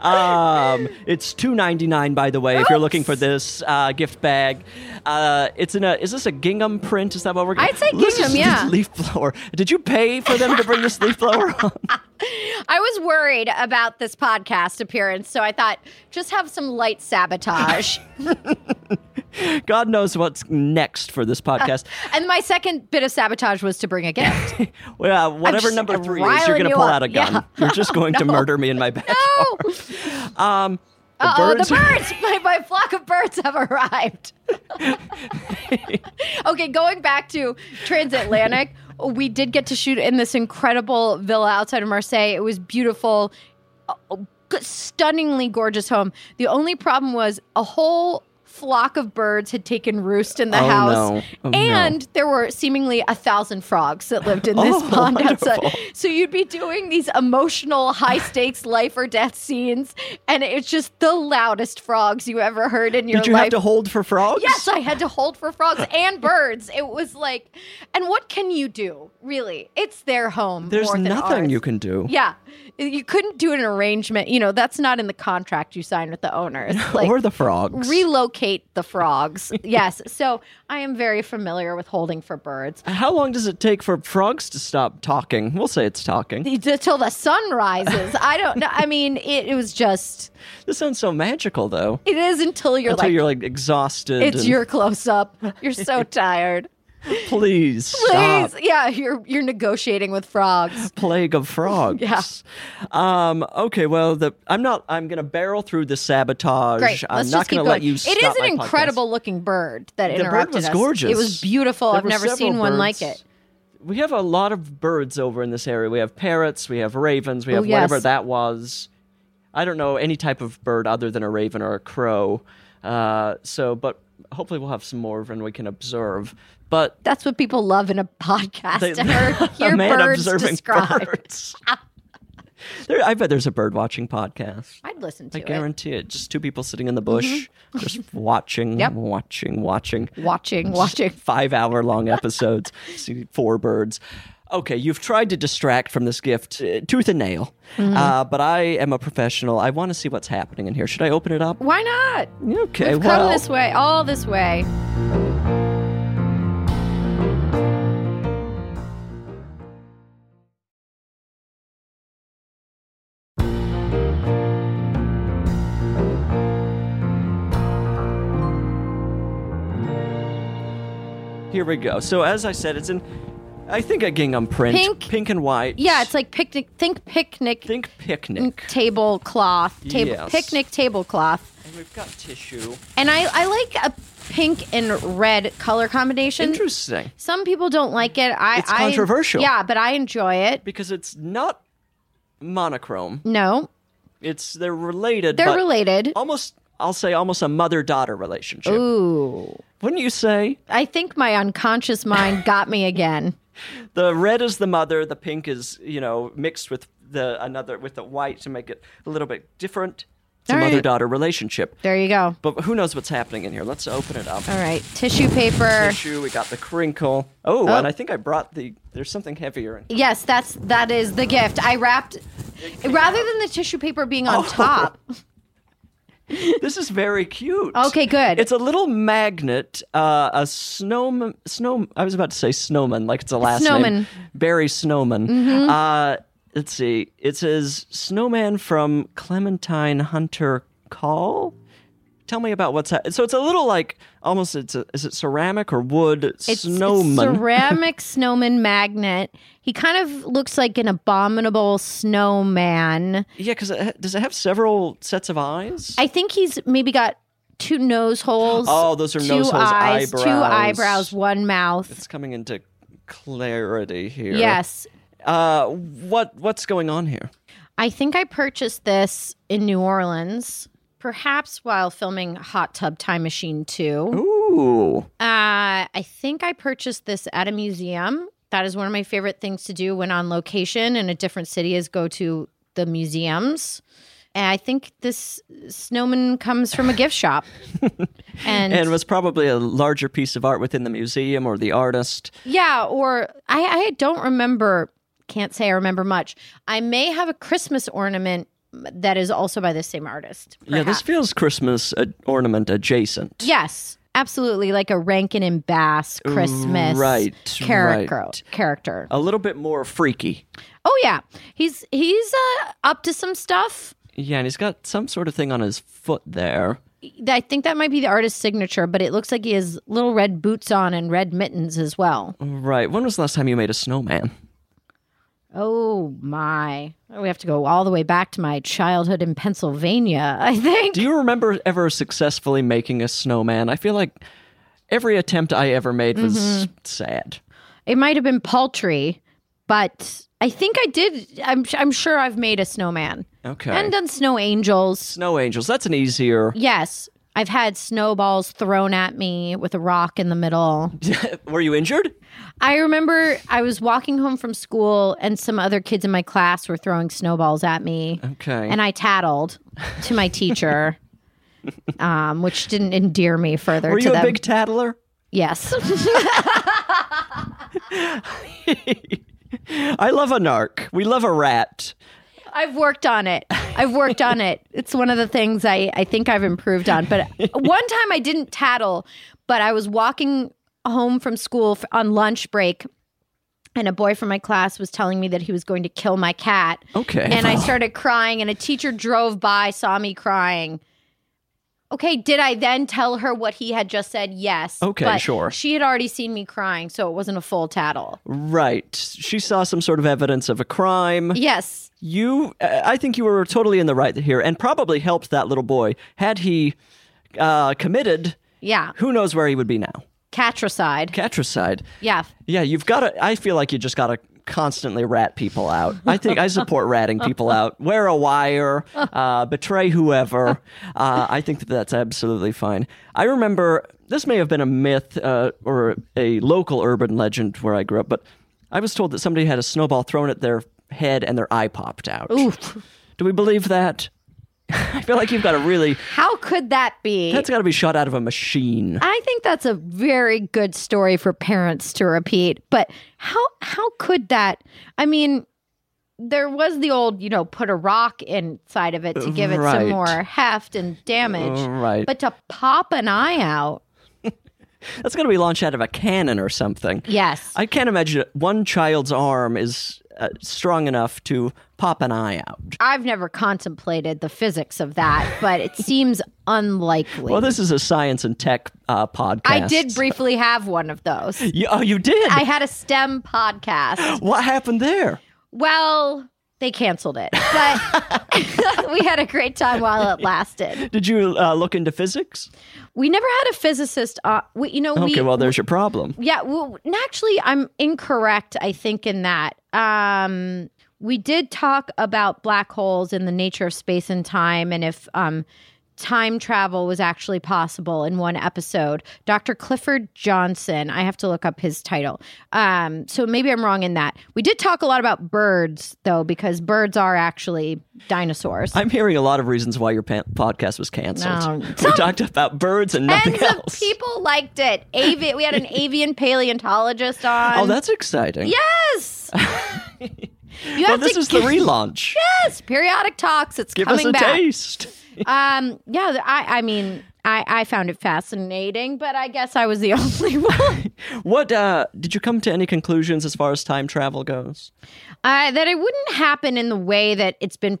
Speaker 2: um, it's two ninety nine, by the way, if you're looking for this uh, gift bag. Uh, it's in a. Is this a gingham print? Is that what we're?
Speaker 3: I'd say
Speaker 2: This
Speaker 3: gingham,
Speaker 2: is-
Speaker 3: yeah.
Speaker 2: Leaf blower. Did you pay for them to bring this leaf blower? On?
Speaker 3: I was worried about this podcast appearance, so I thought just have some light sabotage.
Speaker 2: God knows what's next for this podcast.
Speaker 3: And my second bit of sabotage was to bring a gift.
Speaker 2: Well, uh, whatever
Speaker 3: just
Speaker 2: number three is, you're
Speaker 3: riling
Speaker 2: going to
Speaker 3: you
Speaker 2: pull
Speaker 3: up.
Speaker 2: out a gun.
Speaker 3: Yeah.
Speaker 2: You're just going to murder me in my backyard.
Speaker 3: oh,
Speaker 2: The
Speaker 3: oh, the
Speaker 2: birds-
Speaker 3: birds! My, my flock of birds have arrived. okay, going back to transatlantic, we did get to shoot in this incredible villa outside of Marseille. It was beautiful, a- a stunningly gorgeous home. The only problem was a whole flock of birds had taken roost in the
Speaker 2: Oh,
Speaker 3: house,
Speaker 2: no. Oh, no.
Speaker 3: and there were seemingly a thousand frogs that lived in this
Speaker 2: Oh,
Speaker 3: pond outside.
Speaker 2: wonderful.
Speaker 3: So you'd be doing these emotional, high stakes life or death scenes, and it's just the loudest frogs you ever heard in your
Speaker 2: Did you
Speaker 3: life.
Speaker 2: have to hold for frogs?
Speaker 3: Yes, I had to hold for frogs and birds. It was like, and what can you do, really? It's their home.
Speaker 2: There's
Speaker 3: more than
Speaker 2: nothing
Speaker 3: ours.
Speaker 2: you can do.
Speaker 3: Yeah, you couldn't do an arrangement. You know, that's not in the contract you sign with the owners. Like,
Speaker 2: or the frogs.
Speaker 3: relocate the frogs. yes, so I am very familiar with holding for birds.
Speaker 2: How long does it take for frogs to stop talking? We'll say it's talking.
Speaker 3: Until the sun rises. I don't know. I mean, it, it was just.
Speaker 2: This sounds so magical, though.
Speaker 3: It is until you're
Speaker 2: Until
Speaker 3: like,
Speaker 2: you're like exhausted.
Speaker 3: it's
Speaker 2: and,
Speaker 3: your close up. You're so tired.
Speaker 2: please stop.
Speaker 3: Please, yeah, you're you're negotiating with frogs.
Speaker 2: plague of frogs.
Speaker 3: Yeah.
Speaker 2: Um, okay. Well, the I'm not. I'm going to barrel through the sabotage.
Speaker 3: Great.
Speaker 2: I'm
Speaker 3: let's
Speaker 2: not
Speaker 3: just keep
Speaker 2: gonna
Speaker 3: going.
Speaker 2: let you.
Speaker 3: it
Speaker 2: stop
Speaker 3: is an
Speaker 2: my podcast.
Speaker 3: incredible looking bird that
Speaker 2: bird
Speaker 3: interrupted
Speaker 2: was
Speaker 3: us.
Speaker 2: gorgeous.
Speaker 3: It was beautiful.
Speaker 2: There
Speaker 3: I've
Speaker 2: were
Speaker 3: never
Speaker 2: several
Speaker 3: seen one like
Speaker 2: birds.
Speaker 3: it.
Speaker 2: We have a lot of birds over in this area. We have parrots. We have ravens. We
Speaker 3: Oh,
Speaker 2: have whatever
Speaker 3: yes.
Speaker 2: that was. I don't know any type of bird other than a raven or a crow. Uh, so, but hopefully we'll have some more when we can observe. But
Speaker 3: That's what people love in a podcast
Speaker 2: they-
Speaker 3: to hear,
Speaker 2: a
Speaker 3: hear
Speaker 2: man
Speaker 3: birds
Speaker 2: observing
Speaker 3: described.
Speaker 2: birds. there, I bet there's a bird watching podcast.
Speaker 3: I'd listen to
Speaker 2: I
Speaker 3: it. Mm-hmm.
Speaker 2: guarantee it. Just two people sitting in the bush, just watching,
Speaker 3: Yep.
Speaker 2: watching, watching.
Speaker 3: Watching, watching.
Speaker 2: Five hour long episodes, see four birds. Okay, you've tried to distract from this gift uh, tooth and nail,
Speaker 3: Mm-hmm.
Speaker 2: uh, but I am a professional. I want to see what's happening in here. Should I open it up?
Speaker 3: Why not?
Speaker 2: Okay,
Speaker 3: We've
Speaker 2: well,
Speaker 3: come this way, all this way.
Speaker 2: here we go. So, as I said, it's in, I think, a gingham print,
Speaker 3: Pink.
Speaker 2: pink and white.
Speaker 3: Yeah, it's like picnic. Think picnic
Speaker 2: think picnic.
Speaker 3: tablecloth, table
Speaker 2: Yes.
Speaker 3: picnic tablecloth.
Speaker 2: And we've got tissue.
Speaker 3: And I, I like a pink and red color combination.
Speaker 2: Interesting.
Speaker 3: Some people don't like it. I,
Speaker 2: It's
Speaker 3: I-
Speaker 2: controversial.
Speaker 3: yeah, but I enjoy it.
Speaker 2: because it's not monochrome.
Speaker 3: No,
Speaker 2: It's they're related.
Speaker 3: they're
Speaker 2: but Oh.
Speaker 3: related.
Speaker 2: Almost, I'll say almost a mother-daughter relationship.
Speaker 3: Ooh,
Speaker 2: Wouldn't you say?
Speaker 3: I think my unconscious mind got me again.
Speaker 2: The red is the mother. The pink is you know mixed with the another with the white to make it a little bit different. It's
Speaker 3: All
Speaker 2: a
Speaker 3: right.
Speaker 2: mother-daughter relationship.
Speaker 3: There you go.
Speaker 2: But who knows what's happening in here? Let's open it up.
Speaker 3: All right, tissue paper.
Speaker 2: Tissue. We got the crinkle. Oh, and I think I brought the. There's something heavier in.
Speaker 3: Yes, that's that is the gift. I wrapped rather than the tissue paper being
Speaker 2: Oh.
Speaker 3: on top.
Speaker 2: This is very cute.
Speaker 3: Okay, good.
Speaker 2: It's a little magnet, uh, a snowman. Snow. I was about to say snowman, like it's a last name.
Speaker 3: Snowman. Mm-hmm.
Speaker 2: Barry Snowman. Uh, let's see. It says snowman from Clementine Hunter Call. Tell me about what's that. So it's a little like almost. It's a, is it ceramic or wood
Speaker 3: It's, it's
Speaker 2: snowman?
Speaker 3: ceramic snowman magnet. He kind of looks like an abominable snowman.
Speaker 2: yeah, because does it have several sets of eyes?
Speaker 3: I think he's maybe got two nose holes.
Speaker 2: Oh, those are
Speaker 3: two
Speaker 2: nose holes,
Speaker 3: eyes, two
Speaker 2: eyebrows.
Speaker 3: eyebrows, one mouth.
Speaker 2: it's coming into clarity here.
Speaker 3: Yes.
Speaker 2: Uh, what what's going on here?
Speaker 3: I think I purchased this in New Orleans, perhaps while filming Hot Tub Time Machine 2.
Speaker 2: Ooh.
Speaker 3: Uh, I think I purchased this at a museum. That is one of my favorite things to do when on location in a different city is go to the museums. And I think this snowman comes from a gift shop. and,
Speaker 2: and was probably a larger piece of art within the museum or the artist.
Speaker 3: Yeah, or I, I don't remember, can't say I remember much. I may have a Christmas ornament that is also by the same artist.
Speaker 2: Yeah, this
Speaker 3: perhaps.
Speaker 2: feels Christmas uh, ornament adjacent.
Speaker 3: Yes, absolutely. Like a Rankin and Bass Christmas
Speaker 2: Right,
Speaker 3: character.
Speaker 2: right.
Speaker 3: character.
Speaker 2: A little bit more freaky.
Speaker 3: Oh, yeah. He's he's uh, up to some stuff.
Speaker 2: Yeah, and he's got some sort of thing on his foot there.
Speaker 3: I think that might be the artist's signature, but it looks like he has little red boots on and red mittens as well.
Speaker 2: Right. When was the last time you made a snowman?
Speaker 3: Oh my. We have to go all the way back to my childhood in Pennsylvania, I think.
Speaker 2: Do you remember ever successfully making a snowman? I feel like every attempt I ever made was
Speaker 3: Mm-hmm.
Speaker 2: sad.
Speaker 3: It might have been paltry, but I think I did. I'm, I'm sure I've made a snowman
Speaker 2: Okay.
Speaker 3: and done snow angels.
Speaker 2: Snow angels. That's an easier.
Speaker 3: Yes. I've had snowballs thrown at me with a rock in the middle.
Speaker 2: Were you injured?
Speaker 3: I remember I was walking home from school and some other kids in my class were throwing snowballs at me.
Speaker 2: Okay.
Speaker 3: And I tattled to my teacher, um, which didn't endear me further
Speaker 2: Were
Speaker 3: to
Speaker 2: you a
Speaker 3: them.
Speaker 2: big tattler?
Speaker 3: yes.
Speaker 2: I love a narc. We love a rat.
Speaker 3: I've worked on it. I've worked on it. It's one of the things I, I think I've improved on. But one time I didn't tattle, but I was walking home from school f- on lunch break, and a boy from my class was telling me that he was going to kill my cat.
Speaker 2: Okay.
Speaker 3: And I started crying, and a teacher drove by, saw me crying. Okay, did I then tell her what he had just said? Yes.
Speaker 2: Okay,
Speaker 3: but
Speaker 2: sure.
Speaker 3: She had already seen me crying, so it wasn't a full tattle.
Speaker 2: Right. She saw some sort of evidence of a crime.
Speaker 3: Yes.
Speaker 2: You, uh, I think you were totally in the right here and probably helped that little boy. Had he uh, committed,
Speaker 3: Yeah.
Speaker 2: who knows where he would be now?
Speaker 3: Catricide.
Speaker 2: Catricide.
Speaker 3: yeah.
Speaker 2: Yeah, you've got to. I feel like you just got to constantly rat people out. I think I support ratting people out. Wear a wire, uh, betray whoever. Uh, I think that that's absolutely fine. I remember this may have been a myth uh, or a local urban legend where I grew up, but I was told that somebody had a snowball thrown at their head and their eye popped out. Do we believe that? I feel like you've got to really.
Speaker 3: How could that be?
Speaker 2: That's got to be shot out of a machine.
Speaker 3: I think that's a very good story for parents to repeat. But how how could that? I mean, there was the old, you know, put a rock inside of it to give it
Speaker 2: Right.
Speaker 3: some more heft and damage.
Speaker 2: Right.
Speaker 3: But to pop an eye out.
Speaker 2: That's going to be launched out of a cannon or something.
Speaker 3: Yes.
Speaker 2: I can't imagine one child's arm is uh, strong enough to pop an eye out.
Speaker 3: I've never contemplated the physics of that, but it seems unlikely.
Speaker 2: Well, this is a science and tech uh, podcast.
Speaker 3: I did briefly have one of those.
Speaker 2: You, oh, you did.
Speaker 3: I had a STEM podcast.
Speaker 2: what happened there?
Speaker 3: Well, they canceled it, but we had a great time while it lasted.
Speaker 2: Did you uh, look into physics?
Speaker 3: We never had a physicist. Uh, we, you know,
Speaker 2: Okay,
Speaker 3: we
Speaker 2: well, there's your problem.
Speaker 3: yeah. Well, and actually, I'm incorrect. I think in that um, we did talk about black holes and the nature of space and time, and if um, time travel was actually possible in one episode. Dr. Clifford Johnson. I have to look up his title. Um, so maybe I'm wrong in that. We did talk a lot about birds though, because birds are actually dinosaurs.
Speaker 2: I'm hearing a lot of reasons why your pa- podcast was canceled.
Speaker 3: No.
Speaker 2: we talked about birds and nothing
Speaker 3: Tens of
Speaker 2: else.
Speaker 3: people liked it. Avi- we had an avian paleontologist on.
Speaker 2: oh, that's exciting. Yeah.
Speaker 3: yes. you
Speaker 2: Well,
Speaker 3: have
Speaker 2: this
Speaker 3: to
Speaker 2: is the
Speaker 3: give-
Speaker 2: relaunch.
Speaker 3: Yes, periodic talks. It's
Speaker 2: Give us
Speaker 3: coming
Speaker 2: a
Speaker 3: back.
Speaker 2: taste.
Speaker 3: Um, yeah, I, I mean, I, I found it fascinating, but I guess I was the only one
Speaker 2: What uh, did you come to any conclusions as far as time travel goes?
Speaker 3: uh, that it wouldn't happen in the way that it's been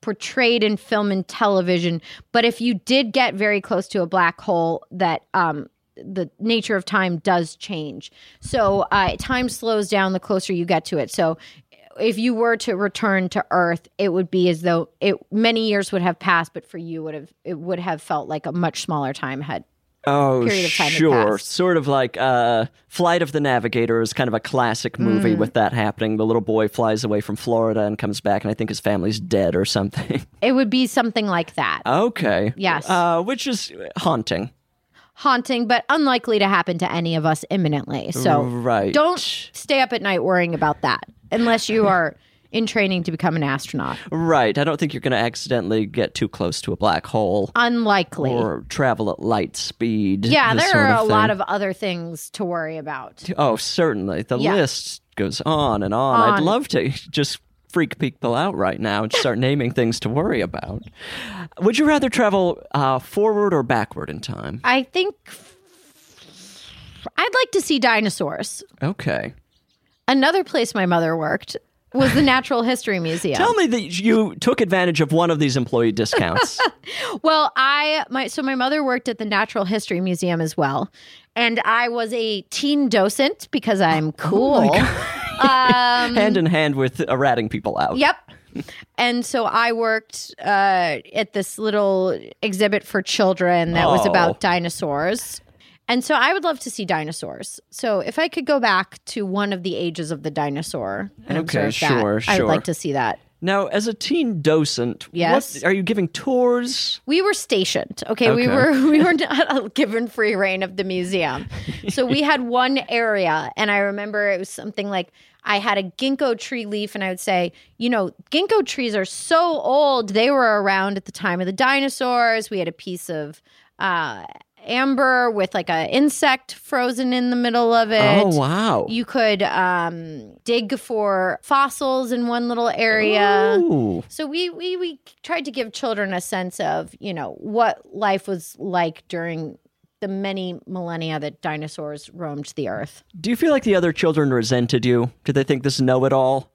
Speaker 3: portrayed in film and television. But if you did get very close to a black hole, that um, the nature of time does change. So uh, time slows down the closer you get to it. So if you were to return to Earth, it would be as though it many years would have passed, but for you would have it would have felt like a much smaller time had
Speaker 2: oh,
Speaker 3: period of time had
Speaker 2: sure.
Speaker 3: passed.
Speaker 2: Sort of like uh, Flight of the Navigator is kind of a classic movie
Speaker 3: Mm.
Speaker 2: with that happening. The little boy flies away from Florida and comes back, and I think his family's dead or something.
Speaker 3: It would be something like that.
Speaker 2: okay.
Speaker 3: Yes.
Speaker 2: Uh, which is haunting.
Speaker 3: Haunting, but unlikely to happen to any of us imminently. So
Speaker 2: Right.
Speaker 3: don't stay up at night worrying about that unless you are in training to become an astronaut.
Speaker 2: Right. I don't think you're going to accidentally get too close to a black hole
Speaker 3: Unlikely.
Speaker 2: or travel at light speed.
Speaker 3: yeah,
Speaker 2: this
Speaker 3: there
Speaker 2: sort
Speaker 3: are a
Speaker 2: thing.
Speaker 3: lot of other things to worry about.
Speaker 2: Oh, certainly. The
Speaker 3: Yeah.
Speaker 2: list goes on and on. I'd
Speaker 3: On.
Speaker 2: love to just freak people out right now and start naming things to worry about. Would you rather travel uh, forward or backward in time?
Speaker 3: I think I'd like to see dinosaurs.
Speaker 2: Okay.
Speaker 3: Another place my mother worked was the Natural History Museum.
Speaker 2: Tell me that you took advantage of one of these employee discounts.
Speaker 3: Well, I my so my mother worked at the Natural History Museum as well, and I was a teen docent because
Speaker 2: Oh
Speaker 3: I'm cool. Mm-hmm.
Speaker 2: hand in hand with uh, ratting people out.
Speaker 3: yep. And so I worked uh, at this little exhibit for children that was
Speaker 2: Oh.
Speaker 3: about dinosaurs. And so I would love to see dinosaurs. So if I could go back to one of the ages of the dinosaur and
Speaker 2: Okay,
Speaker 3: observe
Speaker 2: sure,
Speaker 3: that, I'd
Speaker 2: sure.
Speaker 3: like to see that.
Speaker 2: Now, as a teen docent,
Speaker 3: Yes.
Speaker 2: what, are you giving tours?
Speaker 3: we were stationed. Okay, we
Speaker 2: Okay.
Speaker 3: were we were not uh, given free reign of the museum. So we had one area, and I remember it was something like I had a ginkgo tree leaf, and I would say, you know, ginkgo trees are so old; they were around at the time of the dinosaurs. We had a piece of. Uh, amber with like a insect frozen in the middle of it
Speaker 2: oh wow!
Speaker 3: you could um dig for fossils in one little area
Speaker 2: Ooh.
Speaker 3: so we we we tried to give children a sense of you know what life was like during the many millennia that dinosaurs roamed the earth.
Speaker 2: Do you feel like the other children resented you? Did they think this know-it-all,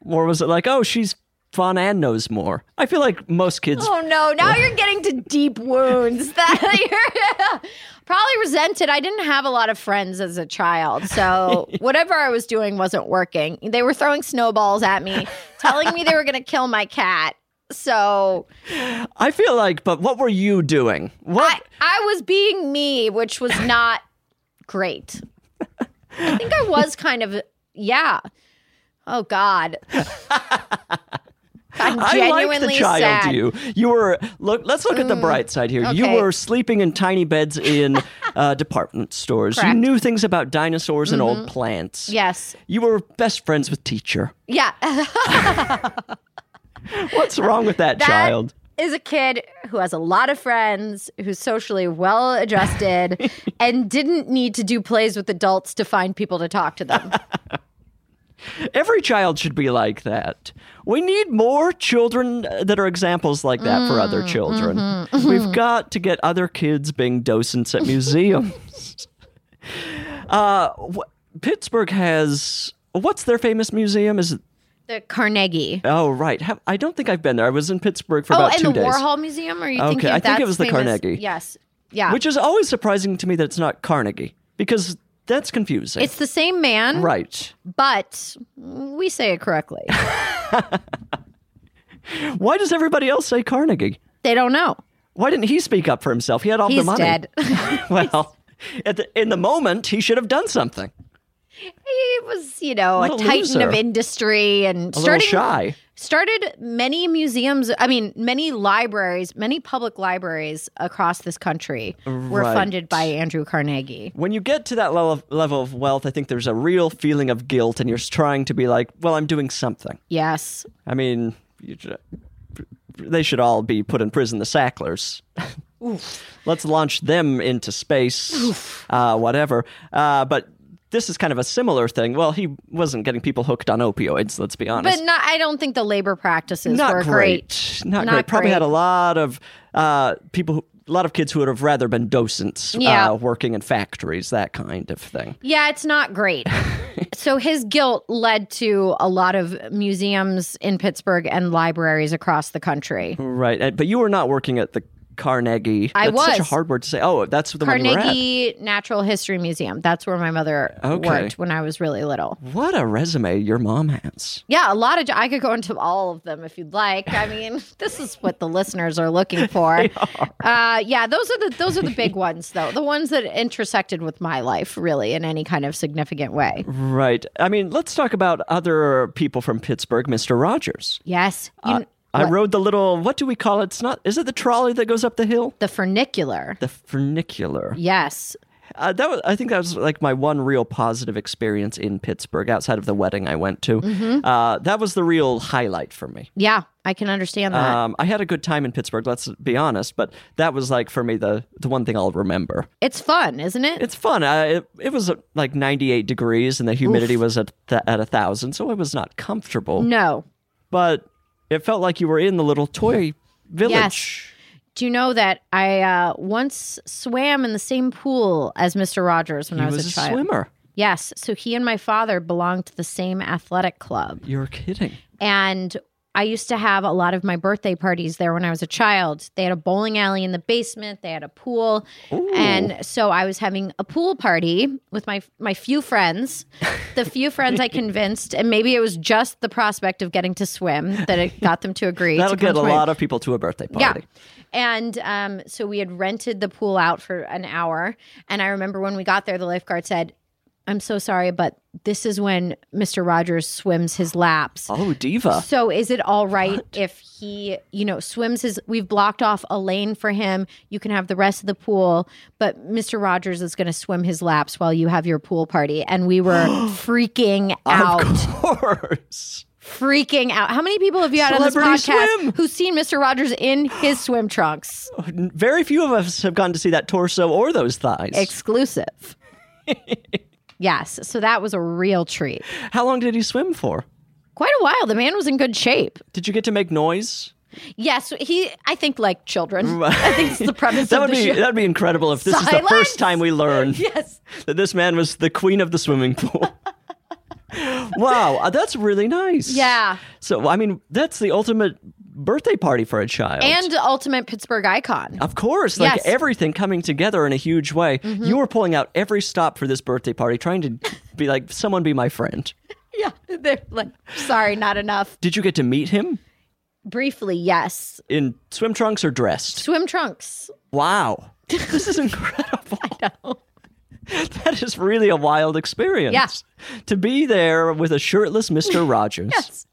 Speaker 2: or was it like, oh, she's fun and knows more? I feel like most kids.
Speaker 3: Oh no! Now you're getting to deep wounds that you're probably resented. I didn't have a lot of friends as a child, so whatever I was doing wasn't working. They were throwing snowballs at me, telling me they were going to kill my cat. So
Speaker 2: I feel like, but what were you doing? What?
Speaker 3: I, I was being me, which was not great. I think I was kind of, yeah. Oh God. I'm
Speaker 2: I like the
Speaker 3: genuinely
Speaker 2: child
Speaker 3: sad.
Speaker 2: you. You were look. Let's look at the bright side here. You
Speaker 3: okay.
Speaker 2: were sleeping in tiny beds in uh, department stores.
Speaker 3: Correct. Mm-hmm.
Speaker 2: You knew things about dinosaurs and old plants.
Speaker 3: Yes.
Speaker 2: You were best friends with teacher.
Speaker 3: Yeah.
Speaker 2: What's wrong with that,
Speaker 3: That
Speaker 2: child?
Speaker 3: Is a kid who has a lot of friends, who's socially well adjusted, and didn't need to do plays with adults to find people to talk to them.
Speaker 2: Every child should be like that. We need more children that are examples like that for other
Speaker 3: Mm,
Speaker 2: children.
Speaker 3: mm-hmm,
Speaker 2: We've got to get other kids being docents at museums. uh, wh- Pittsburgh has what's their famous museum? Is it,
Speaker 3: The Carnegie.
Speaker 2: oh right. Have, I don't think I've been there. I was in Pittsburgh for
Speaker 3: oh,
Speaker 2: about
Speaker 3: and
Speaker 2: two
Speaker 3: the
Speaker 2: days.
Speaker 3: Warhol Museum? Are you
Speaker 2: Okay,
Speaker 3: thinking
Speaker 2: I
Speaker 3: of
Speaker 2: think it
Speaker 3: that's
Speaker 2: was the
Speaker 3: famous-
Speaker 2: Carnegie.
Speaker 3: Yes. Yeah.
Speaker 2: which is always surprising to me that it's not Carnegie because that's confusing.
Speaker 3: it's the same man.
Speaker 2: right.
Speaker 3: but we say it correctly.
Speaker 2: Why does everybody else say Carnegie?
Speaker 3: they don't know.
Speaker 2: Why didn't he speak up for himself? He had all the
Speaker 3: He's
Speaker 2: money.
Speaker 3: dead.
Speaker 2: well, at the, in the moment, he should have done something.
Speaker 3: he was, you know, a
Speaker 2: What a
Speaker 3: titan
Speaker 2: loser.
Speaker 3: of industry and
Speaker 2: A
Speaker 3: starting
Speaker 2: little shy.
Speaker 3: started many museums, I mean, many libraries, many public libraries across this country were
Speaker 2: Right.
Speaker 3: funded by Andrew Carnegie.
Speaker 2: When you get to that level of, level of wealth, I think there's a real feeling of guilt, and you're trying to be like, well, I'm doing something.
Speaker 3: Yes.
Speaker 2: I mean, you, ju- they should all be put in prison, the Sacklers. Let's launch them into space, uh, whatever. Uh, but this is kind of a similar thing. Well, he wasn't getting people hooked on opioids, let's be honest.
Speaker 3: But not, I don't think the labor practices were
Speaker 2: Not,
Speaker 3: Not
Speaker 2: great. Probably had a
Speaker 3: great.
Speaker 2: lot of uh, people, who, a lot of kids who would have rather been docents,
Speaker 3: Yeah.
Speaker 2: uh, working in factories, that kind of thing.
Speaker 3: Yeah, it's not great. so his guilt led to a lot of museums in Pittsburgh and libraries across the country.
Speaker 2: Right. And- But you were not working at the Carnegie.
Speaker 3: I
Speaker 2: that's such a
Speaker 3: was.
Speaker 2: hard word to say. Oh, that's the one you
Speaker 3: Carnegie Natural History Museum. That's where my mother
Speaker 2: Okay.
Speaker 3: worked when I was really little.
Speaker 2: were at. What a resume your mom has.
Speaker 3: Yeah, a lot of jo- I could go into all of them if you'd like. I mean, this is what the listeners are looking for. Uh, yeah, those are the those are the big ones though. The ones that intersected with my life really in any kind of significant way.
Speaker 2: Right. I mean, let's talk about other people from Pittsburgh. Mr. Rogers.
Speaker 3: Yes, you,
Speaker 2: I- I rode the little. What do we call it? It's not. Is it the trolley that goes up the hill?
Speaker 3: the funicular.
Speaker 2: The funicular.
Speaker 3: Yes.
Speaker 2: uh, that was, I think that was like my one real positive experience in Pittsburgh outside of the wedding I went to.
Speaker 3: Mm-hmm.
Speaker 2: Uh, that was the real highlight for me.
Speaker 3: Yeah, I can understand that.
Speaker 2: Um, I had a good time in Pittsburgh, let's be honest, but that was like for me the, the one thing I'll remember.
Speaker 3: it's fun, isn't it?
Speaker 2: It's fun. Uh, it, it was uh, like 98 degrees and the humidity was at, th- at a thousand, so it was not comfortable,
Speaker 3: no.
Speaker 2: but it felt like you were in the little toy village.
Speaker 3: Do you know that I uh, once swam in the same pool as Mr. Rogers when
Speaker 2: He
Speaker 3: I
Speaker 2: was,
Speaker 3: was,
Speaker 2: a
Speaker 3: child?
Speaker 2: swimmer.
Speaker 3: Yes. So he and my father belonged to the same athletic club.
Speaker 2: You're kidding.
Speaker 3: And I used to have a lot of my birthday parties there when I was a child. They had a bowling alley in the basement, they had a pool. And so I was having a pool party with my my few friends. The few friends I convinced, and maybe it was just the prospect of getting to swim that it got them to agree.
Speaker 2: That'll
Speaker 3: to come
Speaker 2: get a
Speaker 3: swim.
Speaker 2: lot of people to a birthday party.
Speaker 3: Yeah. And um, so we had rented the pool out for an hour. And I remember when we got there, the lifeguard said, I'm so sorry, but this is when Mr. Rogers swims his laps.
Speaker 2: Oh, diva.
Speaker 3: So is it all right if he, you know, swims his we've blocked off a lane for him. You can have the rest of the pool, but Mr. Rogers is going to swim his laps while you have your pool party and we were freaking out
Speaker 2: Of course.
Speaker 3: freaking out. How many people have you had on this
Speaker 2: Celebrity
Speaker 3: podcast
Speaker 2: swim.
Speaker 3: who's seen Mr. Rogers in his swim trunks?
Speaker 2: Very few of us have gotten to see that torso or those thighs.
Speaker 3: Exclusive. yes. So that was a real treat.
Speaker 2: How long did he swim for?
Speaker 3: Quite a while. The man was in good shape.
Speaker 2: Did you get to make noise?
Speaker 3: Yes, he I think like children. I think it's the premise
Speaker 2: That would
Speaker 3: of the
Speaker 2: be
Speaker 3: show.
Speaker 2: that would be incredible if this is the
Speaker 3: Silence!
Speaker 2: first time we learn
Speaker 3: Yes.
Speaker 2: that this man was the queen of the swimming pool. wow, uh, that's really nice.
Speaker 3: Yeah.
Speaker 2: So I mean, that's the ultimate birthday party for a child.
Speaker 3: And ultimate Pittsburgh icon.
Speaker 2: of course, like
Speaker 3: Yes. Mm-hmm.
Speaker 2: everything coming together in a huge way. You were pulling out every stop for this birthday party, trying to be like, someone be my friend.
Speaker 3: Yeah. They're like, sorry, not enough.
Speaker 2: Did you get to meet him
Speaker 3: Briefly, yes.
Speaker 2: in swim trunks or dressed?
Speaker 3: Swim trunks.
Speaker 2: Wow. This is incredible. I know. That is really a wild experience.
Speaker 3: Yes.
Speaker 2: To be there with a shirtless Mr. Rogers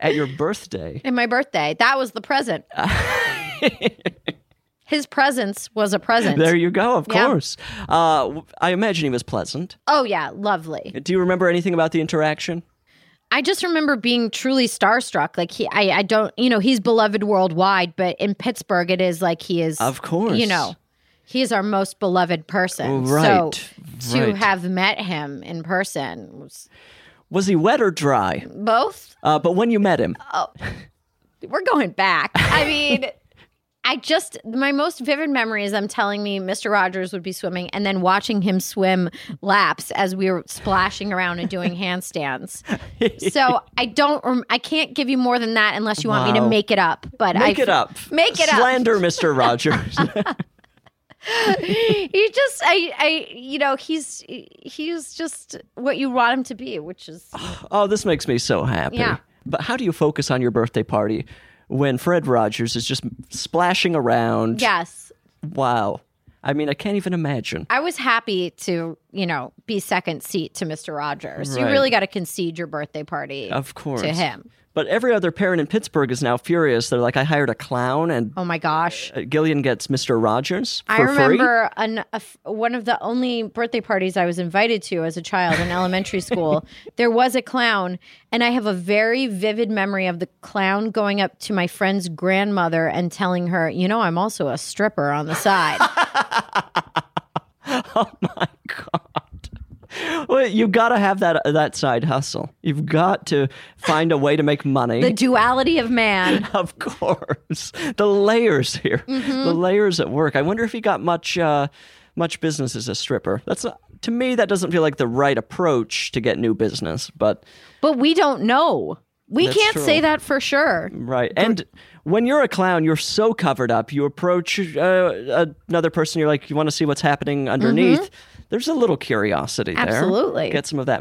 Speaker 2: at your birthday.
Speaker 3: And my birthday. That was the present. His presence was a present.
Speaker 2: There you go, of
Speaker 3: Yeah.
Speaker 2: course. Uh, w- I imagine he was pleasant.
Speaker 3: Oh, yeah, lovely.
Speaker 2: Do you remember anything about the interaction?
Speaker 3: I just remember being truly starstruck. Like, he, I, I don't, you know, he's beloved worldwide, but in Pittsburgh, it is like he is,
Speaker 2: Of course.
Speaker 3: you know, he is our most beloved person.
Speaker 2: Right,
Speaker 3: So to
Speaker 2: right.
Speaker 3: have met him in person was
Speaker 2: Was he wet or dry?
Speaker 3: both,
Speaker 2: Uh, but when you met him,
Speaker 3: we're going back. I mean, I just, my most vivid memory is them telling me Mr. Rogers would be swimming and then watching him swim laps as we were splashing around and doing handstands. So I don't, rem- I can't give you more than that unless you want me
Speaker 2: Wow.
Speaker 3: to make it up. But
Speaker 2: make
Speaker 3: I,
Speaker 2: it up.
Speaker 3: Make it
Speaker 2: Slander Mr. Rogers.
Speaker 3: up. He just, I, I, you know, he's, he's just what you want him to be, which is,
Speaker 2: oh, this makes me so happy.
Speaker 3: Yeah.
Speaker 2: But how do you focus on your birthday party when Fred Rogers is just splashing around?
Speaker 3: yes.
Speaker 2: Wow. I mean, I can't even imagine.
Speaker 3: I was happy to, you know, be second seat to Mr. Rogers. You
Speaker 2: Right.
Speaker 3: really got to concede your birthday party
Speaker 2: Of course.
Speaker 3: to him.
Speaker 2: But every other parent in Pittsburgh is now furious. They're like, I hired a clown, and
Speaker 3: Oh my gosh.
Speaker 2: uh, Gillian gets Mr. Rogers for
Speaker 3: I
Speaker 2: free.
Speaker 3: remember an, a f one of the only birthday parties I was invited to as a child in elementary school. There was a clown, and I have a very vivid memory of the clown going up to my friend's grandmother and telling her, You know, I'm also a stripper on the side.
Speaker 2: Well, you got to have that uh, that side hustle. You've got to find a way to make money.
Speaker 3: the duality of man.
Speaker 2: of course, the layers here,
Speaker 3: Mm-hmm.
Speaker 2: the layers at work. I wonder if he got much uh, much business as a stripper. That's not, to me that doesn't feel like the right approach to get new business. But
Speaker 3: But we don't know. We
Speaker 2: That's
Speaker 3: can't
Speaker 2: true.
Speaker 3: say that for sure.
Speaker 2: Right. And when you're a clown, you're so covered up. You approach uh, another person, you're like, you want to see what's happening underneath. There's a little curiosity there.
Speaker 3: Mm-hmm. Absolutely.
Speaker 2: Get some of that.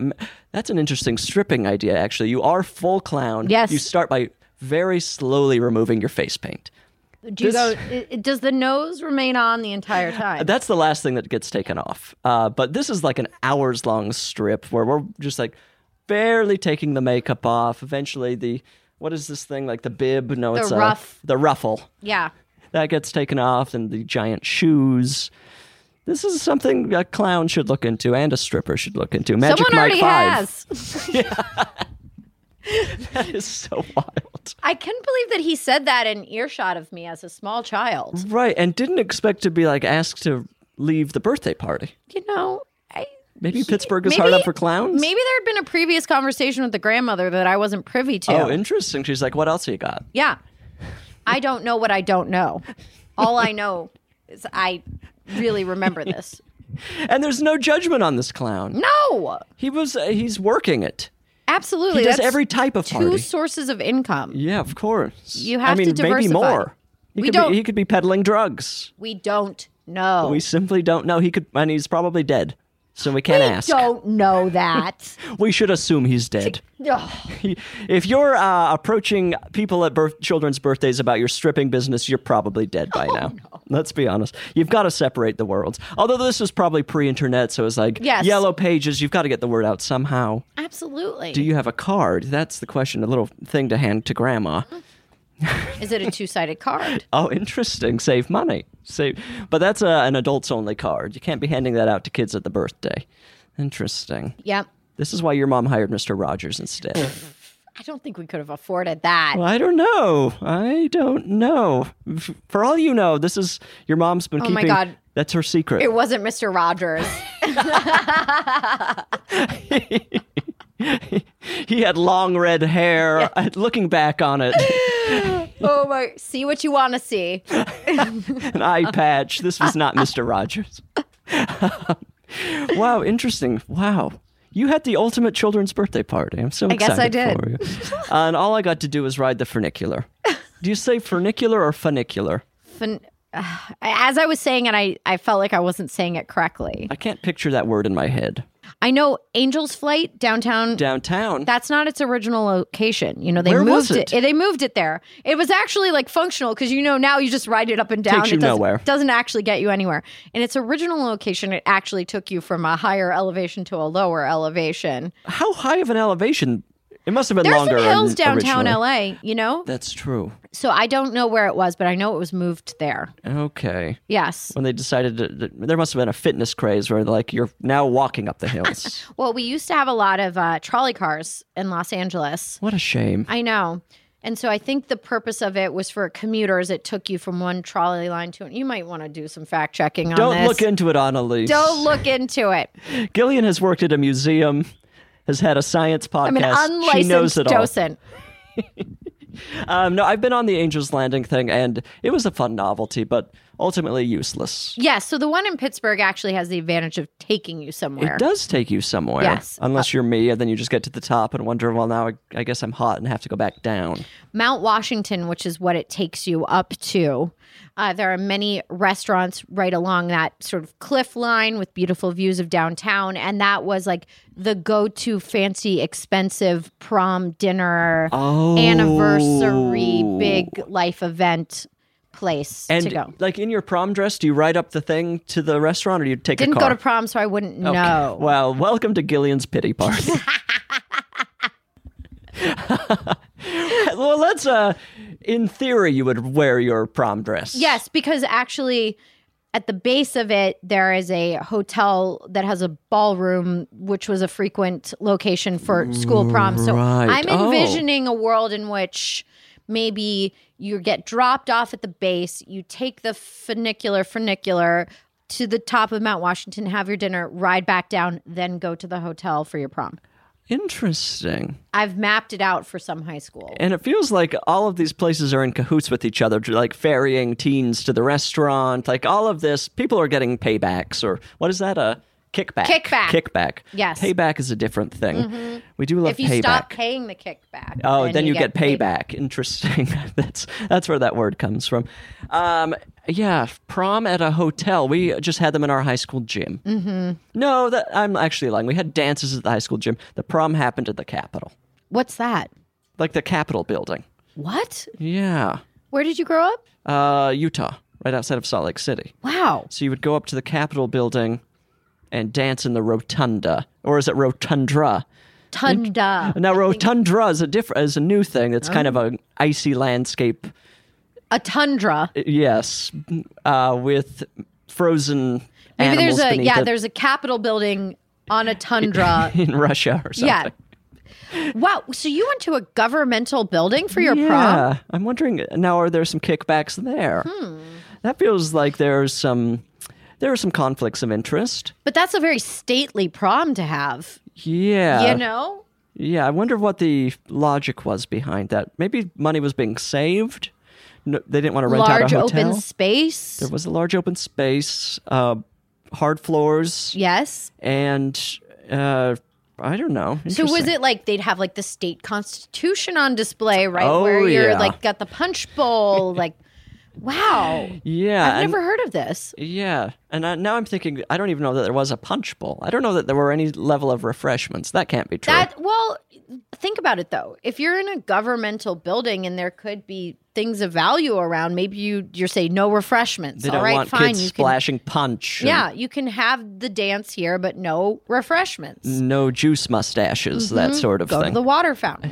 Speaker 2: That's an interesting stripping idea, actually. You are full clown.
Speaker 3: Yes.
Speaker 2: You start by very slowly removing your face paint.
Speaker 3: Do you
Speaker 2: This-
Speaker 3: go? i- i- Does the nose remain on the entire time?
Speaker 2: That's the last thing that gets taken off. Uh, but this is like an hours long strip where we're just like barely taking the makeup off. Eventually, the what is this thing like the bib? No, it's a-
Speaker 3: ruff.
Speaker 2: the ruffle.
Speaker 3: yeah,
Speaker 2: that gets taken off and the giant shoes. This is something a clown should look into and a stripper should look into. Magic
Speaker 3: someone
Speaker 2: Mike
Speaker 3: already
Speaker 2: 5
Speaker 3: has.
Speaker 2: That is so wild.
Speaker 3: I couldn't believe that he said that in earshot of me as a small child.
Speaker 2: Right, and didn't expect to be like asked to leave the birthday party.
Speaker 3: You know, I,
Speaker 2: Maybe Pittsburgh is hard
Speaker 3: maybe-
Speaker 2: up for clowns?
Speaker 3: maybe there had been a previous conversation with the grandmother that I wasn't privy to.
Speaker 2: Oh, interesting. She's like, what else you got?
Speaker 3: yeah, I don't know what I don't know. All I know is I really remember this.
Speaker 2: and there's no judgment on this clown.
Speaker 3: No,
Speaker 2: He was uh, he's working it.
Speaker 3: absolutely.
Speaker 2: He does
Speaker 3: That's
Speaker 2: every type of
Speaker 3: two
Speaker 2: party.
Speaker 3: sources of income.
Speaker 2: Yeah, of course.
Speaker 3: You
Speaker 2: I
Speaker 3: have to
Speaker 2: mean, maybe
Speaker 3: diversify.
Speaker 2: more. He
Speaker 3: We
Speaker 2: could
Speaker 3: don't-
Speaker 2: Be, he could be peddling drugs.
Speaker 3: We don't know.
Speaker 2: We simply don't know. He could, and he's probably dead. So we can't
Speaker 3: We
Speaker 2: ask.
Speaker 3: don't know that.
Speaker 2: We should assume he's dead.
Speaker 3: Ugh.
Speaker 2: He- if you're uh, approaching people at birth, children's birthdays about your stripping business, you're probably dead by
Speaker 3: Oh,
Speaker 2: now. Let's be honest. You've got to separate the worlds. Although this was probably pre-internet, so it's like
Speaker 3: Yes.
Speaker 2: yellow pages. You've got to get the word out somehow.
Speaker 3: Absolutely.
Speaker 2: Do you have a card? That's the question. A little thing to hand to grandma.
Speaker 3: Is it a two-sided card?
Speaker 2: Oh, interesting. Save money. Save, but that's a, an adults-only card. You can't be handing that out to kids at the birthday. Interesting.
Speaker 3: Yep.
Speaker 2: This is why your mom hired Mr. Rogers instead.
Speaker 3: I don't think we could have afforded that.
Speaker 2: I don't know. I don't know. F- For all you know, this is your mom's been
Speaker 3: Oh my
Speaker 2: keeping.
Speaker 3: God.
Speaker 2: That's her secret.
Speaker 3: It wasn't Mr. Rogers.
Speaker 2: he had long red hair. I- Looking back on it,
Speaker 3: oh my! See what you want to see.
Speaker 2: an eye patch. This was not Mr. Rogers. wow, interesting. Wow. You had the ultimate children's birthday party. I'm so
Speaker 3: I guess
Speaker 2: excited
Speaker 3: I
Speaker 2: for you. and all I got to do was ride the funicular. Do you say funicular or funicular?
Speaker 3: Fin- As I was saying it, I, I felt like I wasn't saying it correctly.
Speaker 2: I can't picture that word in my head.
Speaker 3: I know Angel's Flight downtown.
Speaker 2: Downtown.
Speaker 3: that's not its original location. You know, they
Speaker 2: Where was
Speaker 3: moved it? eh,
Speaker 2: it?
Speaker 3: They moved it there. It was actually like functional because you know now you just ride it up and down.
Speaker 2: Takes you
Speaker 3: it doesn't,
Speaker 2: nowhere.
Speaker 3: Doesn't actually get you anywhere. In its original location, it actually took you from a higher elevation to a lower elevation.
Speaker 2: How high of an elevation? It must have been
Speaker 3: There's
Speaker 2: longer.
Speaker 3: some hills
Speaker 2: than
Speaker 3: downtown
Speaker 2: originally.
Speaker 3: LA. You know,
Speaker 2: That's true.
Speaker 3: so I don't know where it was, but I know it was moved there.
Speaker 2: Okay.
Speaker 3: Yes.
Speaker 2: When they decided to, th- there must have been a fitness craze where like you're now walking up the hills.
Speaker 3: Well, we used to have a lot of uh, trolley cars in Los Angeles.
Speaker 2: what a shame.
Speaker 3: I know. And so I think the purpose of it was for commuters. It took you from one trolley line to You might want to do some fact checking on
Speaker 2: Don't
Speaker 3: this.
Speaker 2: look into it, Annalise.
Speaker 3: Don't look into it.
Speaker 2: Gillian has worked at a museum, has had a science podcast.
Speaker 3: I'm an
Speaker 2: she knows
Speaker 3: unlicensed
Speaker 2: it all.
Speaker 3: docent.
Speaker 2: Um, no, I've been on the Angels Landing thing, and it was a fun novelty, but ultimately useless.
Speaker 3: Yes. so the one in Pittsburgh actually has the advantage of taking you somewhere.
Speaker 2: It does take you somewhere.
Speaker 3: Yes. Uh
Speaker 2: Unless you're me, and then you just get to the top and wonder, well, now I, I guess I'm hot and have to go back down.
Speaker 3: Mount Washington, which is what it takes you up to. Uh, there are many restaurants right along that sort of cliff line with beautiful views of downtown. And that was like the go to fancy, expensive prom dinner,
Speaker 2: Oh.
Speaker 3: anniversary, big life event place
Speaker 2: and
Speaker 3: to go.
Speaker 2: like in your prom dress, do you ride up the thing to the restaurant or do you take
Speaker 3: Didn't
Speaker 2: a
Speaker 3: go
Speaker 2: car?
Speaker 3: to prom, so I wouldn't know.
Speaker 2: Well, welcome to Gillian's pity party. well, let's. Uh, in theory, you would wear your prom dress.
Speaker 3: Yes, because actually, at the base of it, there is a hotel that has a ballroom, which was a frequent location for school prom. So
Speaker 2: Right.
Speaker 3: I'm
Speaker 2: Oh.
Speaker 3: envisioning a world in which maybe you get dropped off at the base, you take the funicular, funicular to the top of Mount Washington, have your dinner, ride back down, then go to the hotel for your prom.
Speaker 2: Interesting.
Speaker 3: I've mapped it out for some high school.
Speaker 2: And it feels like all of these places are in cahoots with each other, like ferrying teens to the restaurant, like all of this. People are getting paybacks, or what is that? A kickback.
Speaker 3: Kickback.
Speaker 2: Kickback.
Speaker 3: Yes. Mm-hmm.
Speaker 2: Payback is a different thing. We do love
Speaker 3: If you
Speaker 2: payback.
Speaker 3: stop paying the kickback,
Speaker 2: Oh, then, you, get, payback. Interesting. that's that's where that word comes from. Um, yeah, prom at a hotel. We just had them in our high school gym. Mm-hmm. No, that, I'm actually lying. We had dances at the high school gym. The prom happened at the Capitol,
Speaker 3: What's that?
Speaker 2: like the Capitol building.
Speaker 3: What?
Speaker 2: Yeah,
Speaker 3: Where did you grow up?
Speaker 2: uh, Utah, right outside of Salt Lake City.
Speaker 3: Wow.
Speaker 2: So you would go up to the Capitol building and dance in the rotunda, or is it rotundra?
Speaker 3: Tunda.
Speaker 2: Now, rotundra is a different, is a new thing. It's kind of an icy landscape
Speaker 3: A tundra.
Speaker 2: Yes, uh, with frozen
Speaker 3: Maybe
Speaker 2: animals
Speaker 3: there's a
Speaker 2: beneath
Speaker 3: yeah,
Speaker 2: it
Speaker 3: there's a capitol building on a tundra.
Speaker 2: in Russia or something.
Speaker 3: yeah. Wow. So you went to a governmental building for your prom?
Speaker 2: Yeah. I'm wondering now. Are there some kickbacks there?
Speaker 3: Hmm.
Speaker 2: That feels like there's some there are some conflicts of interest.
Speaker 3: But that's a very stately prom to have.
Speaker 2: Yeah,
Speaker 3: you know?
Speaker 2: yeah. I wonder what the logic was behind that. Maybe money was being saved. No, they didn't want to rent out
Speaker 3: Large
Speaker 2: a
Speaker 3: open
Speaker 2: hotel.
Speaker 3: space.
Speaker 2: There was a large open space. Uh, hard floors,
Speaker 3: Yes.
Speaker 2: and uh, I don't know.
Speaker 3: So was
Speaker 2: Interesting.
Speaker 3: it like they'd have like the state constitution on display, right?
Speaker 2: Oh,
Speaker 3: Where you're
Speaker 2: yeah.
Speaker 3: like got the punch bowl, like wow.
Speaker 2: Yeah,
Speaker 3: I've
Speaker 2: and-
Speaker 3: never heard of this.
Speaker 2: Yeah, and I, now I'm thinking I don't even know that there was a punch bowl. I don't know that there were any level of refreshments. That can't be true.
Speaker 3: That well, think about it though. If you're in a governmental building and there could be things of value around, maybe you you say no refreshments.
Speaker 2: they
Speaker 3: All
Speaker 2: don't
Speaker 3: right,
Speaker 2: want
Speaker 3: fine.
Speaker 2: kids
Speaker 3: you
Speaker 2: splashing punch.
Speaker 3: can,
Speaker 2: and
Speaker 3: yeah, you can have the dance here, but no refreshments.
Speaker 2: No juice mustaches, that sort of
Speaker 3: Mm-hmm. Go to
Speaker 2: thing.
Speaker 3: the water fountain.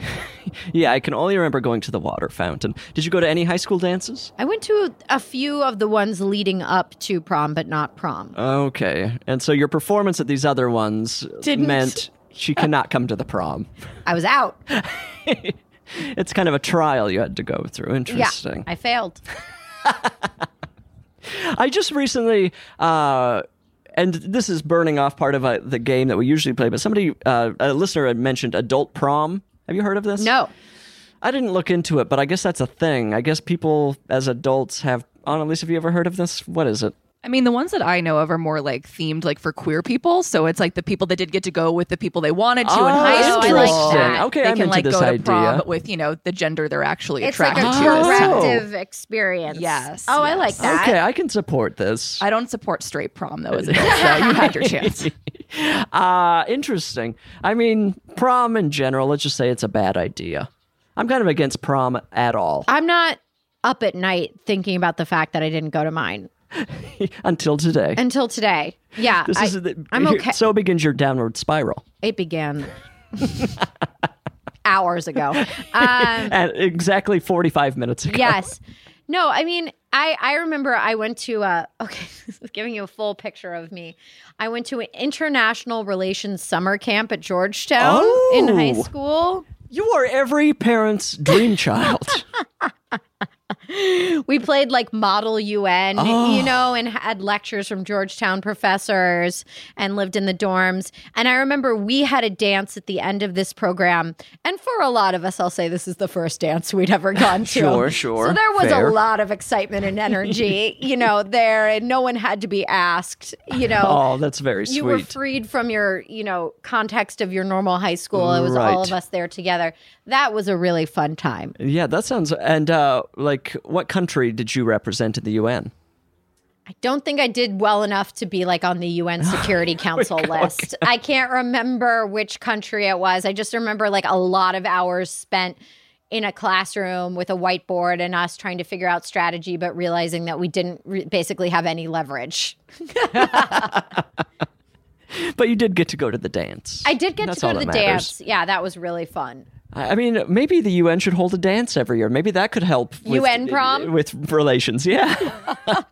Speaker 2: yeah, I can only remember going to the water fountain. Did you go to any high school dances?
Speaker 3: I went to a, a few of the ones leading up to prom, but not prom.
Speaker 2: Oh. Okay, and so your performance at these other ones
Speaker 3: Didn't.
Speaker 2: meant she cannot come to the prom.
Speaker 3: I was out.
Speaker 2: It's kind of a trial you had to go through.
Speaker 3: Yeah,
Speaker 2: Interesting.
Speaker 3: I failed.
Speaker 2: I just recently, uh, and this is burning off part of uh, the game that we usually play, but somebody, uh, a listener had mentioned adult prom. Have you heard of this?
Speaker 3: No,
Speaker 2: I didn't look into it, but I guess that's a thing. I guess people as adults have. oh, Annalise, have you ever heard of this? What is it?
Speaker 4: I mean, the ones that I know of are more like themed like for queer people. So it's like the people that did get to go with the people they wanted to in high
Speaker 2: Oh,
Speaker 4: school.
Speaker 2: interesting. Okay,
Speaker 4: they
Speaker 2: I'm
Speaker 4: can
Speaker 2: into
Speaker 4: like
Speaker 2: this
Speaker 4: go to prom,
Speaker 2: idea.
Speaker 4: but with you know the gender they're actually
Speaker 3: it's like a
Speaker 4: attracted to.
Speaker 2: as hell.
Speaker 3: corrective experience.
Speaker 4: Yes,
Speaker 3: Oh, I
Speaker 4: yes.
Speaker 3: like that.
Speaker 2: Oh. Okay, I can support this.
Speaker 4: I don't support straight prom though, as adults. so you had your chance.
Speaker 2: uh, interesting. I mean, prom in general, let's just say it's a bad idea. I'm kind of against prom at all
Speaker 3: I'm not up at night thinking about the fact that I didn't go to mine
Speaker 2: until today.
Speaker 3: until today. Yeah,
Speaker 2: this
Speaker 3: I,
Speaker 2: is the,
Speaker 3: I'm okay.
Speaker 2: So begins your downward spiral.
Speaker 3: it began hours ago. Um,
Speaker 2: at exactly 45 minutes ago.
Speaker 3: yes. No, I mean, I I remember I went to uh okay, this is giving you a full picture of me. I went to an international relations summer camp at Georgetown in high
Speaker 2: Oh.
Speaker 3: school.
Speaker 2: You are every parent's dream child.
Speaker 3: We played like Model UN,
Speaker 2: Oh.
Speaker 3: you know, and had lectures from Georgetown professors and lived in the dorms. And I remember we had a dance at the end of this program. And for a lot of us, I'll say this is the first dance we'd ever gone to.
Speaker 2: Sure, sure.
Speaker 3: So there was
Speaker 2: Fair.
Speaker 3: a lot of excitement and energy, you know, there. And no one had to be asked, you know.
Speaker 2: oh, that's very
Speaker 3: You were
Speaker 2: sweet.
Speaker 3: freed from your, you know, context of your normal high school. It was all
Speaker 2: Right.
Speaker 3: of us there together. That was a really fun time.
Speaker 2: yeah, that sounds. And uh, like, what country did you represent in the UN?
Speaker 3: I don't think I did well enough to be like on the UN
Speaker 2: Oh
Speaker 3: Security Council list. I can't remember which country it was. I just remember like a lot of hours spent in a classroom with a whiteboard and us trying to figure out strategy, but realizing that we didn't re- basically have any leverage.
Speaker 2: But you did get to go to the dance.
Speaker 3: I did get
Speaker 2: That's
Speaker 3: to go
Speaker 2: all
Speaker 3: to the
Speaker 2: that matters.
Speaker 3: dance. Yeah, that was really fun.
Speaker 2: I I mean, maybe the UN should hold a dance every year. Maybe that could help. With, uh,
Speaker 3: UN prom?
Speaker 2: with relations. Yeah,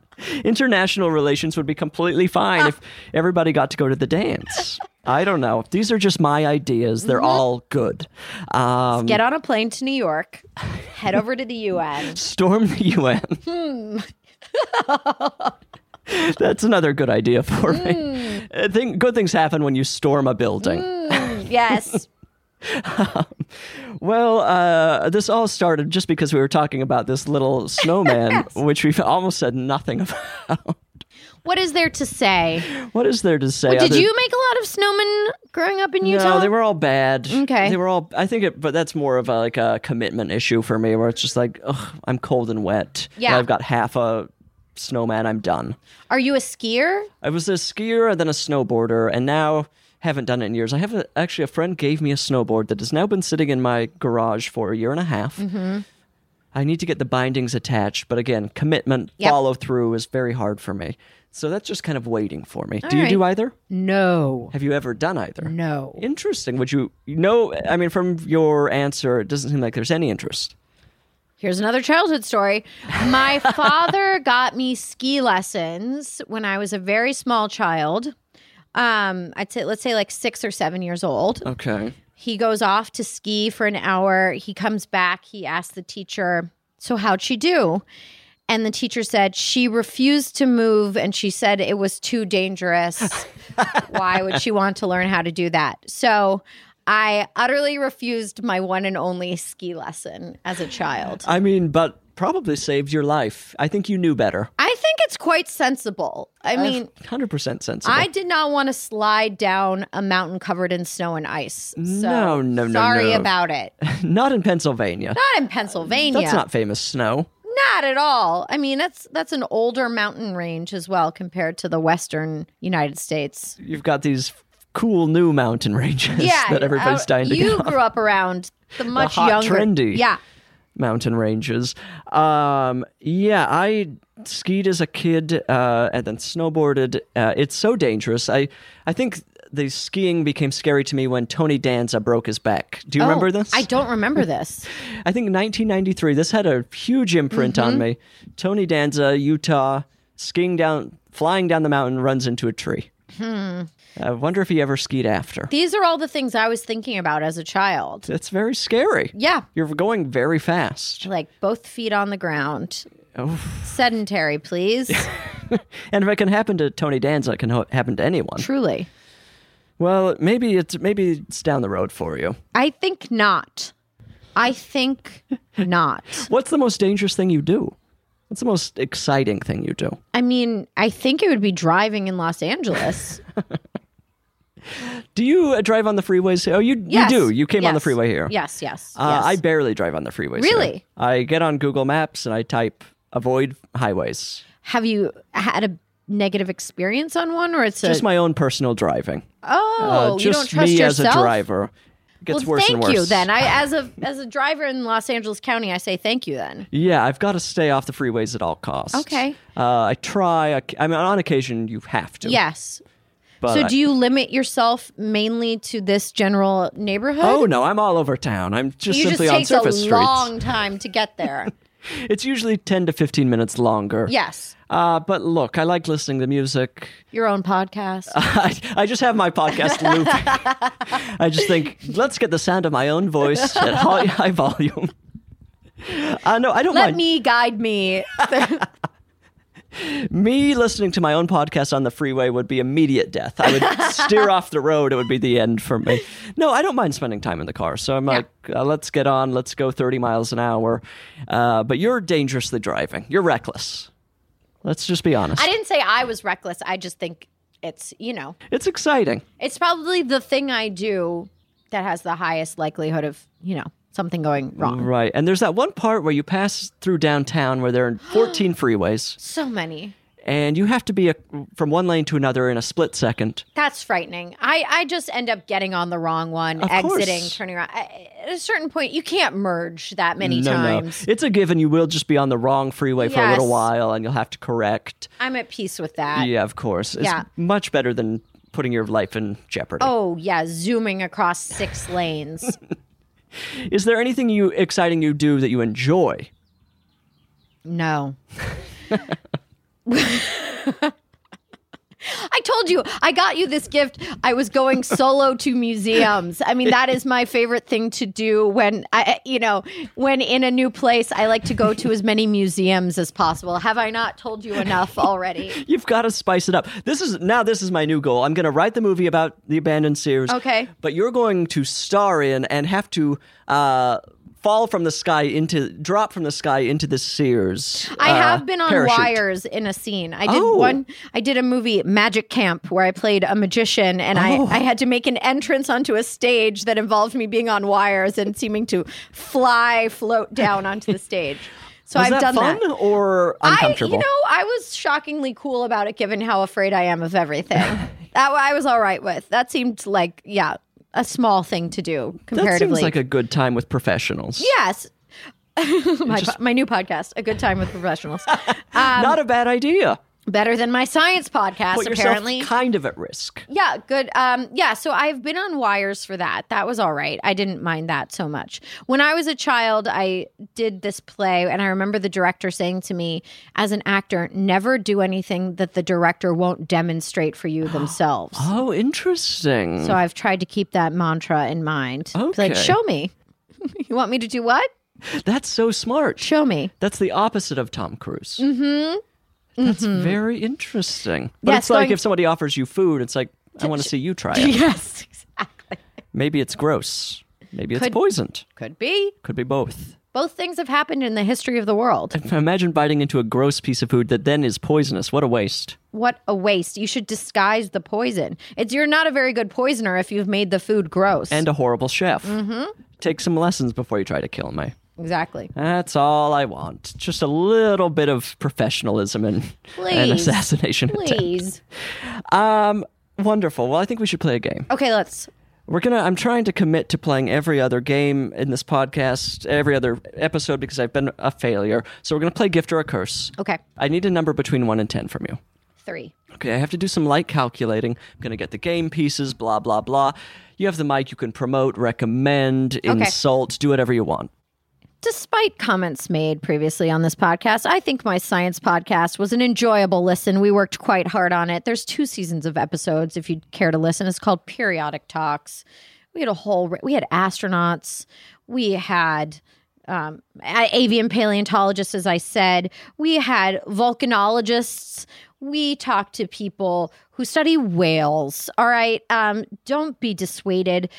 Speaker 2: international relations would be completely fine if everybody got to go to the dance. I don't know. These are just my ideas.
Speaker 3: Mm-hmm.
Speaker 2: They're all good. Um,
Speaker 3: Get on a plane to New York, head over to the UN.
Speaker 2: Storm the UN.
Speaker 3: Hmm.
Speaker 2: That's another good idea for me. I think good things happen when you storm a building.
Speaker 3: Hmm. Yes.
Speaker 2: Well, uh, this all started just because we were talking about this little snowman, which we've almost said nothing about.
Speaker 3: What is there to say?
Speaker 2: What is there to say?
Speaker 3: Did
Speaker 2: other-
Speaker 3: you make a lot of snowmen growing up in Utah?
Speaker 2: No, they were all bad.
Speaker 3: Okay.
Speaker 2: they were all. I think, it, but that's more of a, like a commitment issue for me, where it's just like, ugh, I'm cold and wet. and
Speaker 3: Yeah.
Speaker 2: I've got half a snowman. I'm done.
Speaker 3: Are you a skier?
Speaker 2: I was a skier and then a snowboarder, and now haven't done it in years. I have a, actually a friend gave me a snowboard that has now been sitting in my garage for a year and a half.
Speaker 3: Mm-hmm.
Speaker 2: I need to get the bindings attached, but again, commitment,
Speaker 3: Yep.
Speaker 2: follow through is very hard for me. So that's just kind of waiting for me. do you
Speaker 3: right.
Speaker 2: do either?
Speaker 3: No.
Speaker 2: Have you ever done either?
Speaker 3: No.
Speaker 2: Interesting. Would you you know? I mean, from your answer, it doesn't seem like there's any interest.
Speaker 3: Here's another childhood story. My father got me ski lessons when I was a very small child. Um, I'd say let's say like six or seven years old.
Speaker 2: Okay.
Speaker 3: He goes off to ski for an hour. He comes back. He asks the teacher, So, how'd she do? And the teacher said, She refused to move and she said it was too dangerous. Why would she want to learn how to do that? So, I utterly refused my one and only ski lesson as a child.
Speaker 2: I mean, but probably saved your life. I think you knew better.
Speaker 3: I think it's quite sensible. I mean,
Speaker 2: 100% sensible.
Speaker 3: I did not want to slide down a mountain covered in snow and ice. So
Speaker 2: No, no, no,
Speaker 3: Sorry
Speaker 2: no.
Speaker 3: about it.
Speaker 2: Not in Pennsylvania.
Speaker 3: Not in Pennsylvania.
Speaker 2: That's not famous snow.
Speaker 3: Not at all. I mean, that's that's an older mountain range as well compared to the western United States.
Speaker 2: You've got these cool new mountain ranges that everybody's
Speaker 3: uh,
Speaker 2: dying to
Speaker 3: You
Speaker 2: go.
Speaker 3: grew up around the much
Speaker 2: hot,
Speaker 3: younger,
Speaker 2: trendy.
Speaker 3: Yeah,
Speaker 2: mountain ranges. Um, yeah, I skied as a kid uh, and then snowboarded. Uh, it's so dangerous. I I think the skiing became scary to me when Tony Danza broke his back. Do you remember this?
Speaker 3: Oh, I don't remember this.
Speaker 2: I think 1993. This had a huge imprint
Speaker 3: Mm-hmm.
Speaker 2: on me. Tony Danza, Utah, skiing down, flying down the mountain, runs into a tree.
Speaker 3: Hmm.
Speaker 2: I wonder if he ever skied after.
Speaker 3: These are all the things I was thinking about as a child.
Speaker 2: That's very scary.
Speaker 3: Yeah,
Speaker 2: You're going very fast.
Speaker 3: like both feet on the ground. Sedentary, please.
Speaker 2: And if it can happen to Tony Danza, it can ho- happen to anyone.
Speaker 3: Truly,
Speaker 2: Well, maybe it's maybe it's down the road for you.
Speaker 3: I think not. I think not.
Speaker 2: What's the most dangerous thing you do? What's the most exciting thing you do?
Speaker 3: I mean, I think it would be driving in Los Angeles.
Speaker 2: Do you uh, drive on the freeways? Oh, you
Speaker 3: Yes.
Speaker 2: you do. You came on the
Speaker 3: Yes.
Speaker 2: freeway here.
Speaker 3: Yes, yes.
Speaker 2: Uh,
Speaker 3: yes.
Speaker 2: I barely drive on the freeways. here.
Speaker 3: Really?
Speaker 2: I get on Google Maps and I type avoid highways.
Speaker 3: Have you had a negative experience on one, or it's
Speaker 2: Just
Speaker 3: a,
Speaker 2: my own personal driving.
Speaker 3: oh,
Speaker 2: just
Speaker 3: you don't trust
Speaker 2: me
Speaker 3: yourself?
Speaker 2: as a driver. It gets
Speaker 3: well,
Speaker 2: worse
Speaker 3: thank
Speaker 2: and worse.
Speaker 3: you. Then I, as a as a driver in Los Angeles County, I say thank you. Then
Speaker 2: Yeah, I've got to stay off the freeways at all costs.
Speaker 3: Okay.
Speaker 2: Uh, I try. I, I mean, on occasion you have to.
Speaker 3: yes.
Speaker 2: But
Speaker 3: so
Speaker 2: I-
Speaker 3: do you limit yourself mainly to this general neighborhood?
Speaker 2: Oh no, I'm all over town. I'm just
Speaker 3: you just
Speaker 2: simply on
Speaker 3: takes a
Speaker 2: surface streets.
Speaker 3: long time to get there.
Speaker 2: It's usually 10 to 15 minutes longer.
Speaker 3: yes,
Speaker 2: Uh, but look, I like listening to music.
Speaker 3: your own podcast.
Speaker 2: I, I just have my podcast loop. I just think, let's get the sound of my own voice at high, high volume. Uh, no, I don't
Speaker 3: Let
Speaker 2: mind.
Speaker 3: me guide me.
Speaker 2: Me listening to my own podcast on the freeway would be immediate death. I would steer off the road. It would be the end for me. No, I don't mind spending time in the car. So I'm like, uh, let's get on. Let's go 30 miles an hour. Uh, but you're dangerously driving. You're reckless. Let's just be honest.
Speaker 3: I didn't say I was reckless. I just think it's you know
Speaker 2: It's exciting.
Speaker 3: it's probably the thing I do that has the highest likelihood of you know something going wrong.
Speaker 2: Right. And there's that one part where you pass through downtown where there are 14 freeways
Speaker 3: So many.
Speaker 2: and you have to be a, from one lane to another in a split second.
Speaker 3: That's frightening. I, I just end up getting on the wrong one,
Speaker 2: Of course.
Speaker 3: exiting, turning around. I, at a certain point, you can't merge that many
Speaker 2: no,
Speaker 3: times.
Speaker 2: no. It's a given you will just be on the wrong freeway for a little
Speaker 3: Yes.
Speaker 2: while and you'll have to correct.
Speaker 3: I'm at peace with that.
Speaker 2: yeah, of course. It's
Speaker 3: yeah.
Speaker 2: much better than putting your life in jeopardy.
Speaker 3: Oh, yeah, zooming across six lanes.
Speaker 2: Is there anything you exciting you do that you enjoy?
Speaker 3: No. I told you, I got you this gift. I was going solo to museums. I mean, that is my favorite thing to do when I, you know, when in a new place, I like to go to as many museums as possible. Have I not told you enough already?
Speaker 2: You've got to spice it up. This is now this is my new goal. I'm going to write the movie about the abandoned Sears.
Speaker 3: Okay.
Speaker 2: But you're going to star in and have to uh, fall from the sky into drop from the sky into the Sears.
Speaker 3: I
Speaker 2: uh,
Speaker 3: have been on
Speaker 2: parachute.
Speaker 3: wires in a scene. I did
Speaker 2: Oh.
Speaker 3: one. I did a movie, Magic Camp, where I played a magician, and
Speaker 2: Oh.
Speaker 3: I, I had to make an entrance onto a stage that involved me being on wires and seeming to fly, float down onto the stage. So
Speaker 2: Was
Speaker 3: I've
Speaker 2: that
Speaker 3: done
Speaker 2: fun
Speaker 3: that.
Speaker 2: or
Speaker 3: I, you
Speaker 2: uncomfortable?
Speaker 3: know, I was shockingly cool about it, given how afraid I am of everything. that I was all right with. That seemed like, yeah, a small thing to do
Speaker 2: that
Speaker 3: comparatively.
Speaker 2: seems like a good time with professionals.
Speaker 3: yes. my, po- my new podcast, A Good Time with Professionals.
Speaker 2: Not a bad idea.
Speaker 3: better than my science podcast
Speaker 2: Put yourself
Speaker 3: apparently
Speaker 2: kind of at risk.
Speaker 3: yeah good um yeah so i've been on wires for that that was all right i didn't mind that so much when i was a child i did this play and i remember the director saying to me as an actor never do anything that the director won't demonstrate for you themselves
Speaker 2: Oh, interesting.
Speaker 3: so i've tried to keep that mantra in mind It's like
Speaker 2: Okay.
Speaker 3: show me you want me to do what
Speaker 2: That's so smart.
Speaker 3: show me
Speaker 2: That's the opposite of Tom Cruise. Mm-hmm. That's very interesting. But
Speaker 3: Mm-hmm. Yeah,
Speaker 2: it's like
Speaker 3: going-
Speaker 2: if somebody offers you food, it's like, I want to see you try it.
Speaker 3: yes exactly
Speaker 2: Maybe it's gross. Maybe it's
Speaker 3: Could-
Speaker 2: poisoned.
Speaker 3: could be
Speaker 2: Could be both.
Speaker 3: Both things have happened in the history of the world.
Speaker 2: Imagine biting into a gross piece of food that then is poisonous. What a waste.
Speaker 3: What a waste. You should disguise the poison. It's you're not a very good poisoner if you've made the food gross.
Speaker 2: And a horrible chef. Mm-hmm. Take some lessons before you try to kill me.
Speaker 3: exactly.
Speaker 2: That's all I want. Just a little bit of professionalism and an
Speaker 3: Please.
Speaker 2: assassination attempt.
Speaker 3: Please.
Speaker 2: Um, wonderful. Well, I think we should play a game.
Speaker 3: Okay, let's.
Speaker 2: We're gonna. I'm trying to commit to playing every other game in this podcast, every other episode, because I've been a failure. So we're gonna play gift or a curse.
Speaker 3: Okay.
Speaker 2: I need a number between one and ten from you.
Speaker 3: Three.
Speaker 2: Okay, I have to do some light calculating. I'm going to get the game pieces, blah, blah, blah. You have the mic, you can promote, recommend, insult, do whatever you want.
Speaker 3: Despite comments made previously on this podcast, I think my science podcast was an enjoyable listen. We worked quite hard on it. There's two seasons of episodes if you'd care to listen. It's called Periodic Talks. We had a whole we had astronauts. We had um, a- avian paleontologists, as I said. We had volcanologists. We talk to people who study whales. All right. Um, don't be dissuaded.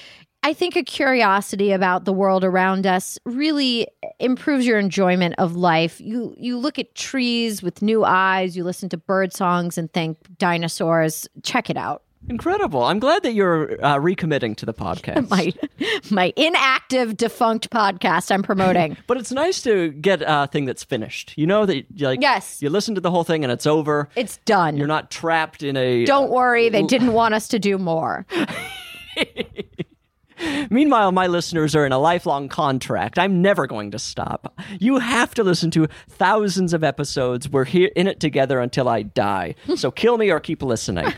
Speaker 3: I think a curiosity about the world around us really improves your enjoyment of life. You you look at trees with new eyes, you listen to bird songs and think dinosaurs. Check it out.
Speaker 2: Incredible. I'm glad that you're uh, recommitting to the podcast.
Speaker 3: My my inactive defunct podcast I'm promoting.
Speaker 2: But it's nice to get a thing that's finished. You know that like
Speaker 3: Yes.
Speaker 2: you listen to the whole thing and it's over.
Speaker 3: It's done.
Speaker 2: You're not trapped in a
Speaker 3: Don't worry, they didn't want us to do more.
Speaker 2: Meanwhile, my listeners are in a lifelong contract. I'm never going to stop. You have to listen to thousands of episodes. We're here in it together until I die. So kill me or keep listening. uh,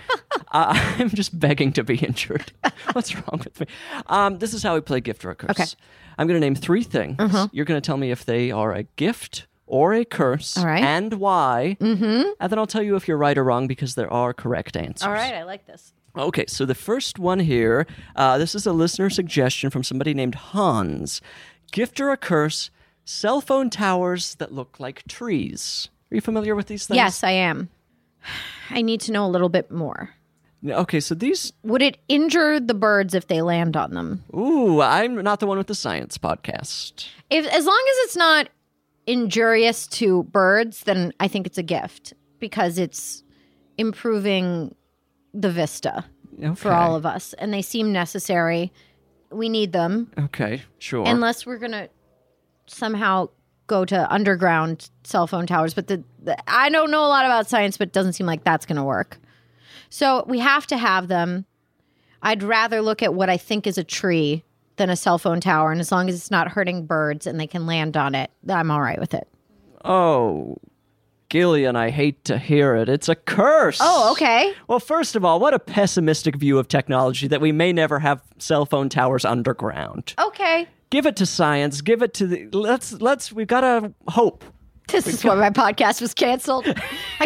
Speaker 2: I'm just begging to be injured. What's wrong with me? Um, this is how we play gift or a curse.
Speaker 3: Okay. Uh-huh.
Speaker 2: I'm going to name three things. You're going to tell me if they are a gift or a curse
Speaker 3: All right.
Speaker 2: and why. Mm-hmm. And then I'll tell you if you're right or wrong because there are correct answers.
Speaker 3: All right, I like this.
Speaker 2: Okay, so the first one here, uh, this is a listener suggestion from somebody named Hans. Gift or a curse, cell phone towers that look like trees. Are you familiar with these things?
Speaker 3: Yes, I am. I need to know a little bit more.
Speaker 2: Okay, so these.
Speaker 3: Would it injure the birds if they land on them?
Speaker 2: Ooh, I'm not the one with the science podcast.
Speaker 3: If as long as it's not injurious to birds, then I think it's a gift because it's improving the vista for all of us, and they seem necessary. We need them
Speaker 2: Okay, sure.
Speaker 3: unless we're gonna somehow go to underground cell phone towers. But the, the I don't know a lot about science, but it doesn't seem like that's gonna work. So we have to have them. I'd rather look at what I think is a tree than a cell phone tower, and as long as it's not hurting birds and they can land on it, I'm all right with it.
Speaker 2: oh, Gillian, I hate to hear it. It's a curse.
Speaker 3: Oh, okay.
Speaker 2: Well, first of all, what a pessimistic view of technology that we may never have cell phone towers underground.
Speaker 3: Okay.
Speaker 2: give it to science give it to the let's let's we've got to hope
Speaker 3: This is why my podcast was canceled. I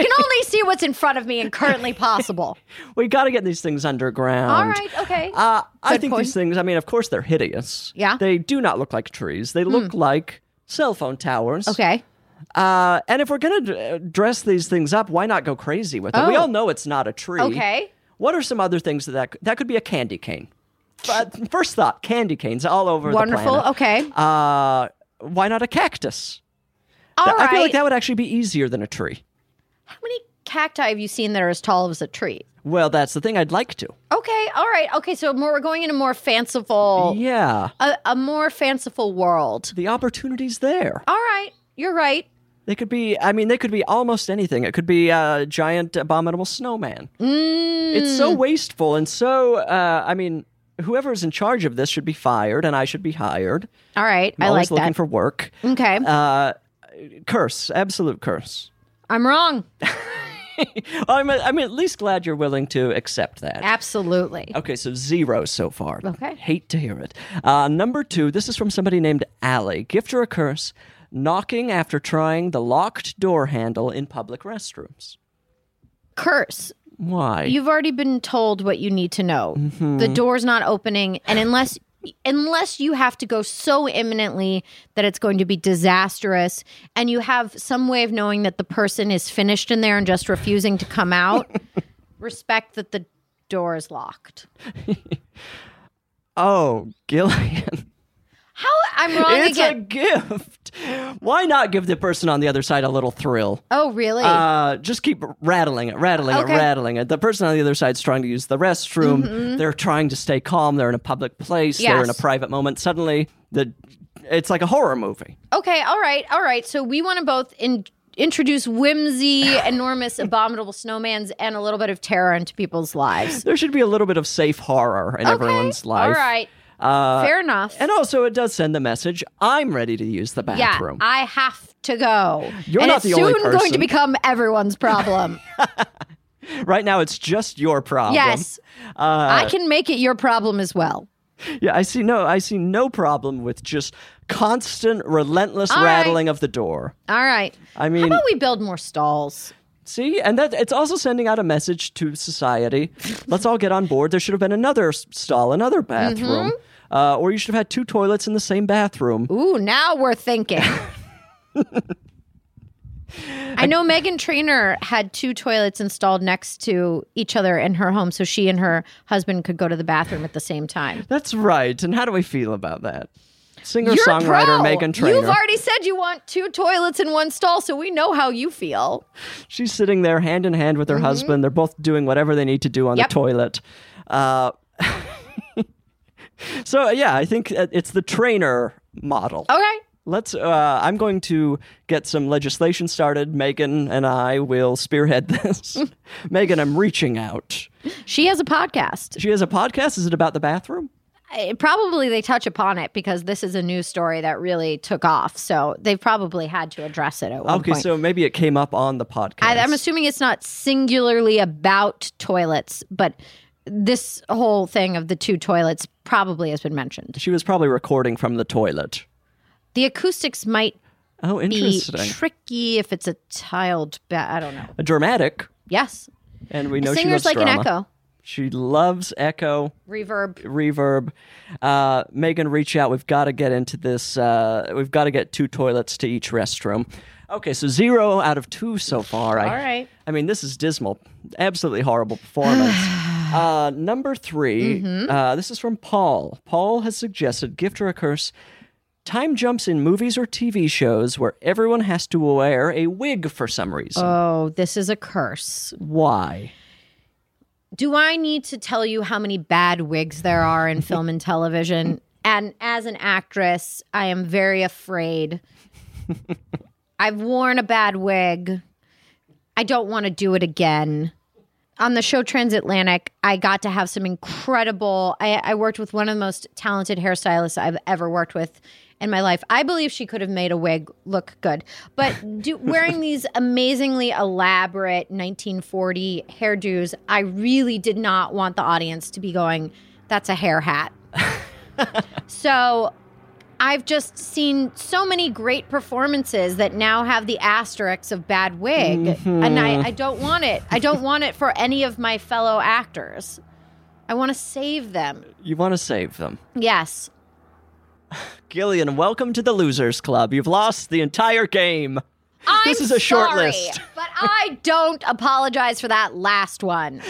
Speaker 3: can only see what's in front of me and currently possible.
Speaker 2: we got to get these things underground
Speaker 3: All right, okay.
Speaker 2: uh, i
Speaker 3: Good
Speaker 2: think
Speaker 3: point.
Speaker 2: these things i mean of course they're hideous
Speaker 3: Yeah. Hmm.
Speaker 2: they do not look like trees they look like cell phone towers
Speaker 3: Okay.
Speaker 2: uh, and if we're gonna d- uh, dress these things up why not go crazy with it we
Speaker 3: Oh.
Speaker 2: all know it's not a tree
Speaker 3: Okay.
Speaker 2: what are some other things that that, c- that could be a candy cane but first thought candy canes all over the
Speaker 3: Wonderful.
Speaker 2: planet.
Speaker 3: Okay.
Speaker 2: uh, why not a cactus
Speaker 3: All right.
Speaker 2: Th- i feel like that would actually be easier than a tree
Speaker 3: How many cacti have you seen that are as tall as a tree?
Speaker 2: Well, that's the thing. I'd like to.
Speaker 3: Okay, all right. Okay, so more, we're going in a more fanciful,
Speaker 2: Yeah.
Speaker 3: a, a more fanciful world.
Speaker 2: The opportunity's there.
Speaker 3: All right, you're right.
Speaker 2: They could be, I mean, they could be almost anything. It could be a giant abominable snowman.
Speaker 3: Mm.
Speaker 2: It's so wasteful and so, uh, I mean, whoever's in charge of this should be fired and I should be hired.
Speaker 3: All right,
Speaker 2: I'm
Speaker 3: I like
Speaker 2: always looking
Speaker 3: that.
Speaker 2: for work.
Speaker 3: okay,
Speaker 2: Uh, curse, absolute curse.
Speaker 3: I'm wrong.
Speaker 2: I'm, I'm at least glad you're willing to accept that.
Speaker 3: Absolutely.
Speaker 2: Okay, so zero so far.
Speaker 3: Okay.
Speaker 2: Hate to hear it. Uh, number two, this is from somebody named Allie. Gift or a curse, knocking after trying the locked door handle in public restrooms.
Speaker 3: Curse.
Speaker 2: Why?
Speaker 3: You've already been told what you need to know.
Speaker 2: Mm-hmm.
Speaker 3: The door's not opening, and unless unless you have to go so imminently that it's going to be disastrous, and you have some way of knowing that the person is finished in there and just refusing to come out, respect that the door is locked.
Speaker 2: oh, Gillian.
Speaker 3: How I'm wrong
Speaker 2: it's
Speaker 3: again.
Speaker 2: a gift. Why not give the person on the other side a little thrill?
Speaker 3: oh, really?
Speaker 2: Uh, just keep rattling it, rattling
Speaker 3: Okay.
Speaker 2: it, rattling it. The person on the other side's trying to use the restroom. They're trying to stay calm. They're in a public place. They're in a
Speaker 3: Mm-hmm. Yes.
Speaker 2: private moment. Suddenly, the it's like a horror movie.
Speaker 3: okay, all right, all right. So we want to both in, introduce whimsy, enormous, abominable snowmans, and a little bit of terror into people's lives.
Speaker 2: There should be a little bit of safe horror in everyone's life. Uh,
Speaker 3: All right. Fair enough.
Speaker 2: And also, it does send the message: I'm ready to use the
Speaker 3: yeah,
Speaker 2: bathroom.
Speaker 3: I have to go.
Speaker 2: You're
Speaker 3: and
Speaker 2: not
Speaker 3: it's
Speaker 2: the
Speaker 3: soon
Speaker 2: only
Speaker 3: going to
Speaker 2: person.
Speaker 3: become everyone's problem.
Speaker 2: right now, it's just your problem.
Speaker 3: yes.
Speaker 2: Uh,
Speaker 3: I can make it your problem as well.
Speaker 2: Yeah, I see no I see no problem with just constant relentless
Speaker 3: All right.
Speaker 2: rattling of the door.
Speaker 3: All right.
Speaker 2: I mean,
Speaker 3: How about we build more stalls?
Speaker 2: see, and that it's also sending out a message to society. Let's all get on board. There should have been another s- stall, another bathroom. Uh, or you should have had two toilets in the same bathroom.
Speaker 3: Mm-hmm. Ooh, now we're thinking. I know Megan Trainor had two toilets installed next to each other in her home, so she and her husband could go to the bathroom at the same time.
Speaker 2: That's right. And how do we feel about that?
Speaker 3: You're
Speaker 2: Singer-songwriter
Speaker 3: pro.
Speaker 2: Megan Trainor.
Speaker 3: You've already said you want two toilets in one stall, so we know how you feel.
Speaker 2: She's sitting there hand in hand with her husband. They're both doing whatever they need to do on
Speaker 3: Mm-hmm. Yep.
Speaker 2: the toilet. Uh, so yeah, I think uh, it's the trainer model.
Speaker 3: Okay.
Speaker 2: Let's. Uh, I'm going to get some legislation started. Megan and I will spearhead this. Megan, I'm reaching out.
Speaker 3: She has a podcast.
Speaker 2: She has a podcast. Is it about the bathroom?
Speaker 3: I- probably they touch upon it because this is a news story that really took off, so they've probably had to address it at one
Speaker 2: Okay,
Speaker 3: point.
Speaker 2: so maybe it came up on the podcast.
Speaker 3: I, I'm assuming it's not singularly about toilets, but this whole thing of the two toilets probably has been mentioned.
Speaker 2: she was probably recording from the toilet.
Speaker 3: The acoustics might
Speaker 2: Oh,
Speaker 3: be
Speaker 2: interesting.
Speaker 3: tricky if it's a tiled. Ba- I don't know.
Speaker 2: Dramatic,
Speaker 3: Yes,
Speaker 2: and we know she
Speaker 3: singer's
Speaker 2: loves
Speaker 3: like an
Speaker 2: drama.
Speaker 3: echo
Speaker 2: She loves echo.
Speaker 3: reverb.
Speaker 2: reverb. Uh, Megan, reach out. We've got to get into this. Uh, we've got to get two toilets to each restroom. Okay, so zero out of two so far. I,
Speaker 5: All right.
Speaker 2: I mean, this is dismal. Absolutely horrible performance. uh, number 3
Speaker 5: Mm-hmm.
Speaker 2: uh, this is from Paul. Paul has suggested gift or a curse. Time jumps in movies or TV shows where everyone has to wear a wig for some reason.
Speaker 5: Uh,
Speaker 3: Oh, this is a curse.
Speaker 2: Why?
Speaker 3: Do I need to tell you how many bad wigs there are in film and television? And as an actress, I am very afraid. I've worn a bad wig. I don't want to do it again. On the show Transatlantic, I got to have some incredible. I, I worked with one of the most talented hairstylists I've ever worked with in my life. I believe she could have made a wig look good, but do, wearing these amazingly elaborate 1940 hairdos, I really did not want the audience to be going, "That's a hair hat." so I've just seen so many great performances that now have the asterisks of bad wig, and I,
Speaker 2: Mm-hmm.
Speaker 3: I don't want it. I don't want it for any of my fellow actors. I want to save them.
Speaker 2: You want to save them.
Speaker 3: Yes.
Speaker 2: Gillian, welcome to the Losers Club. You've lost the entire game.
Speaker 3: I'm
Speaker 2: This is a short
Speaker 3: sorry,
Speaker 2: list.
Speaker 3: But I don't apologize for that last one.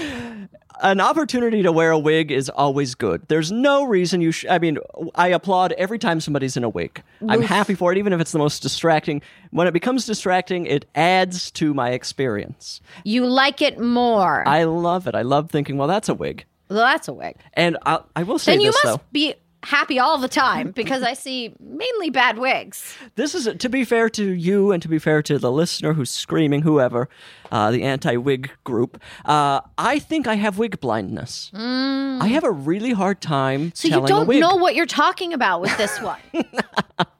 Speaker 2: An opportunity to wear a wig is always good. There's no reason you should. I mean, I applaud every time somebody's in a wig. I'm happy for it, even if it's the most distracting. When it becomes distracting, it adds to my experience.
Speaker 3: You like it more.
Speaker 2: I love it. I love thinking, well, that's a wig.
Speaker 3: well, that's a wig.
Speaker 2: And I, I will say
Speaker 3: Then you
Speaker 2: this,
Speaker 3: must
Speaker 2: though.
Speaker 3: be happy all the time because I see mainly bad wigs.
Speaker 2: This is, to be fair to you and to be fair to the listener who's screaming, whoever, uh, the anti wig group, uh, I think I have wig blindness. I have a really hard time
Speaker 3: Mm. So
Speaker 2: telling
Speaker 3: you
Speaker 2: a
Speaker 3: don't
Speaker 2: wig.
Speaker 3: know what you're talking about with this one.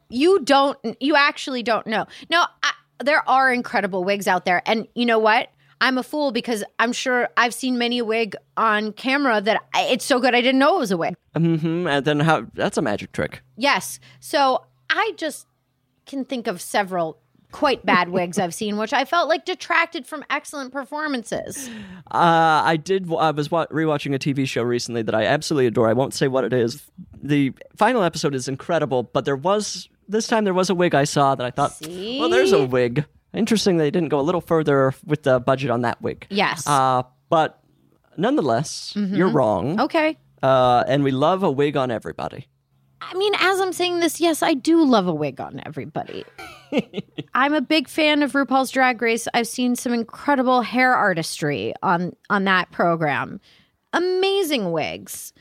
Speaker 3: you don't. You actually don't know. No, I, there are incredible wigs out there, and you know what? I'm a fool because I'm sure I've seen many a wig on camera that I, it's so good I didn't know it was a wig.
Speaker 2: hmm and then how? That's a magic trick.
Speaker 3: Yes. So I just can think of several quite bad wigs I've seen, which I felt like detracted from excellent performances.
Speaker 2: Uh, I did. I was wa- rewatching a TV show recently that I absolutely adore. I won't say what it is. The final episode is incredible, but there was this time there was a wig I saw that I thought, well, there's a wig. Interesting they didn't go a little further with the budget on that wig.
Speaker 3: Yes.
Speaker 2: Uh, but
Speaker 3: Mm-hmm.
Speaker 2: nonetheless, you're wrong.
Speaker 3: okay.
Speaker 2: Uh, and we love a wig on everybody.
Speaker 3: I mean, as I'm saying this, yes, I do love a wig on everybody. I'm a big fan of RuPaul's Drag Race. I've seen some incredible hair artistry on on that program. Amazing wigs.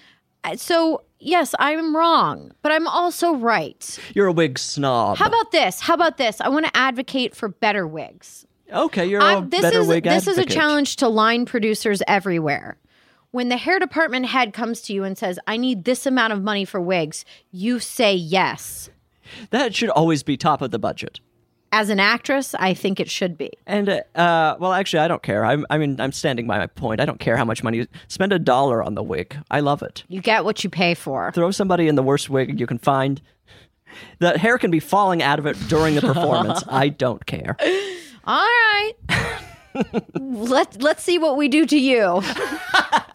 Speaker 3: Uh, So, yes, I'm wrong, but I'm also right.
Speaker 2: You're a wig snob.
Speaker 3: How about this? How about this? I want to advocate for better wigs.
Speaker 2: okay, you're a
Speaker 3: I'm- this
Speaker 2: better
Speaker 3: is
Speaker 2: wig
Speaker 3: this is a
Speaker 2: advocate.
Speaker 3: challenge to line producers everywhere. When the hair department head comes to you and says, "I need this amount of money for wigs," you say yes.
Speaker 2: That should always be top of the budget.
Speaker 3: As an actress, I think it should be.
Speaker 2: And uh, uh, well, actually, I don't care. I'm, I mean, I'm standing by my point. I don't care how much money. Spend a dollar on the wig. I love it.
Speaker 3: You get what you pay for.
Speaker 2: Throw somebody in the worst wig you can find. The hair can be falling out of it during the performance. I don't care.
Speaker 3: All right. Let let's see what we do to you.
Speaker 2: Oh.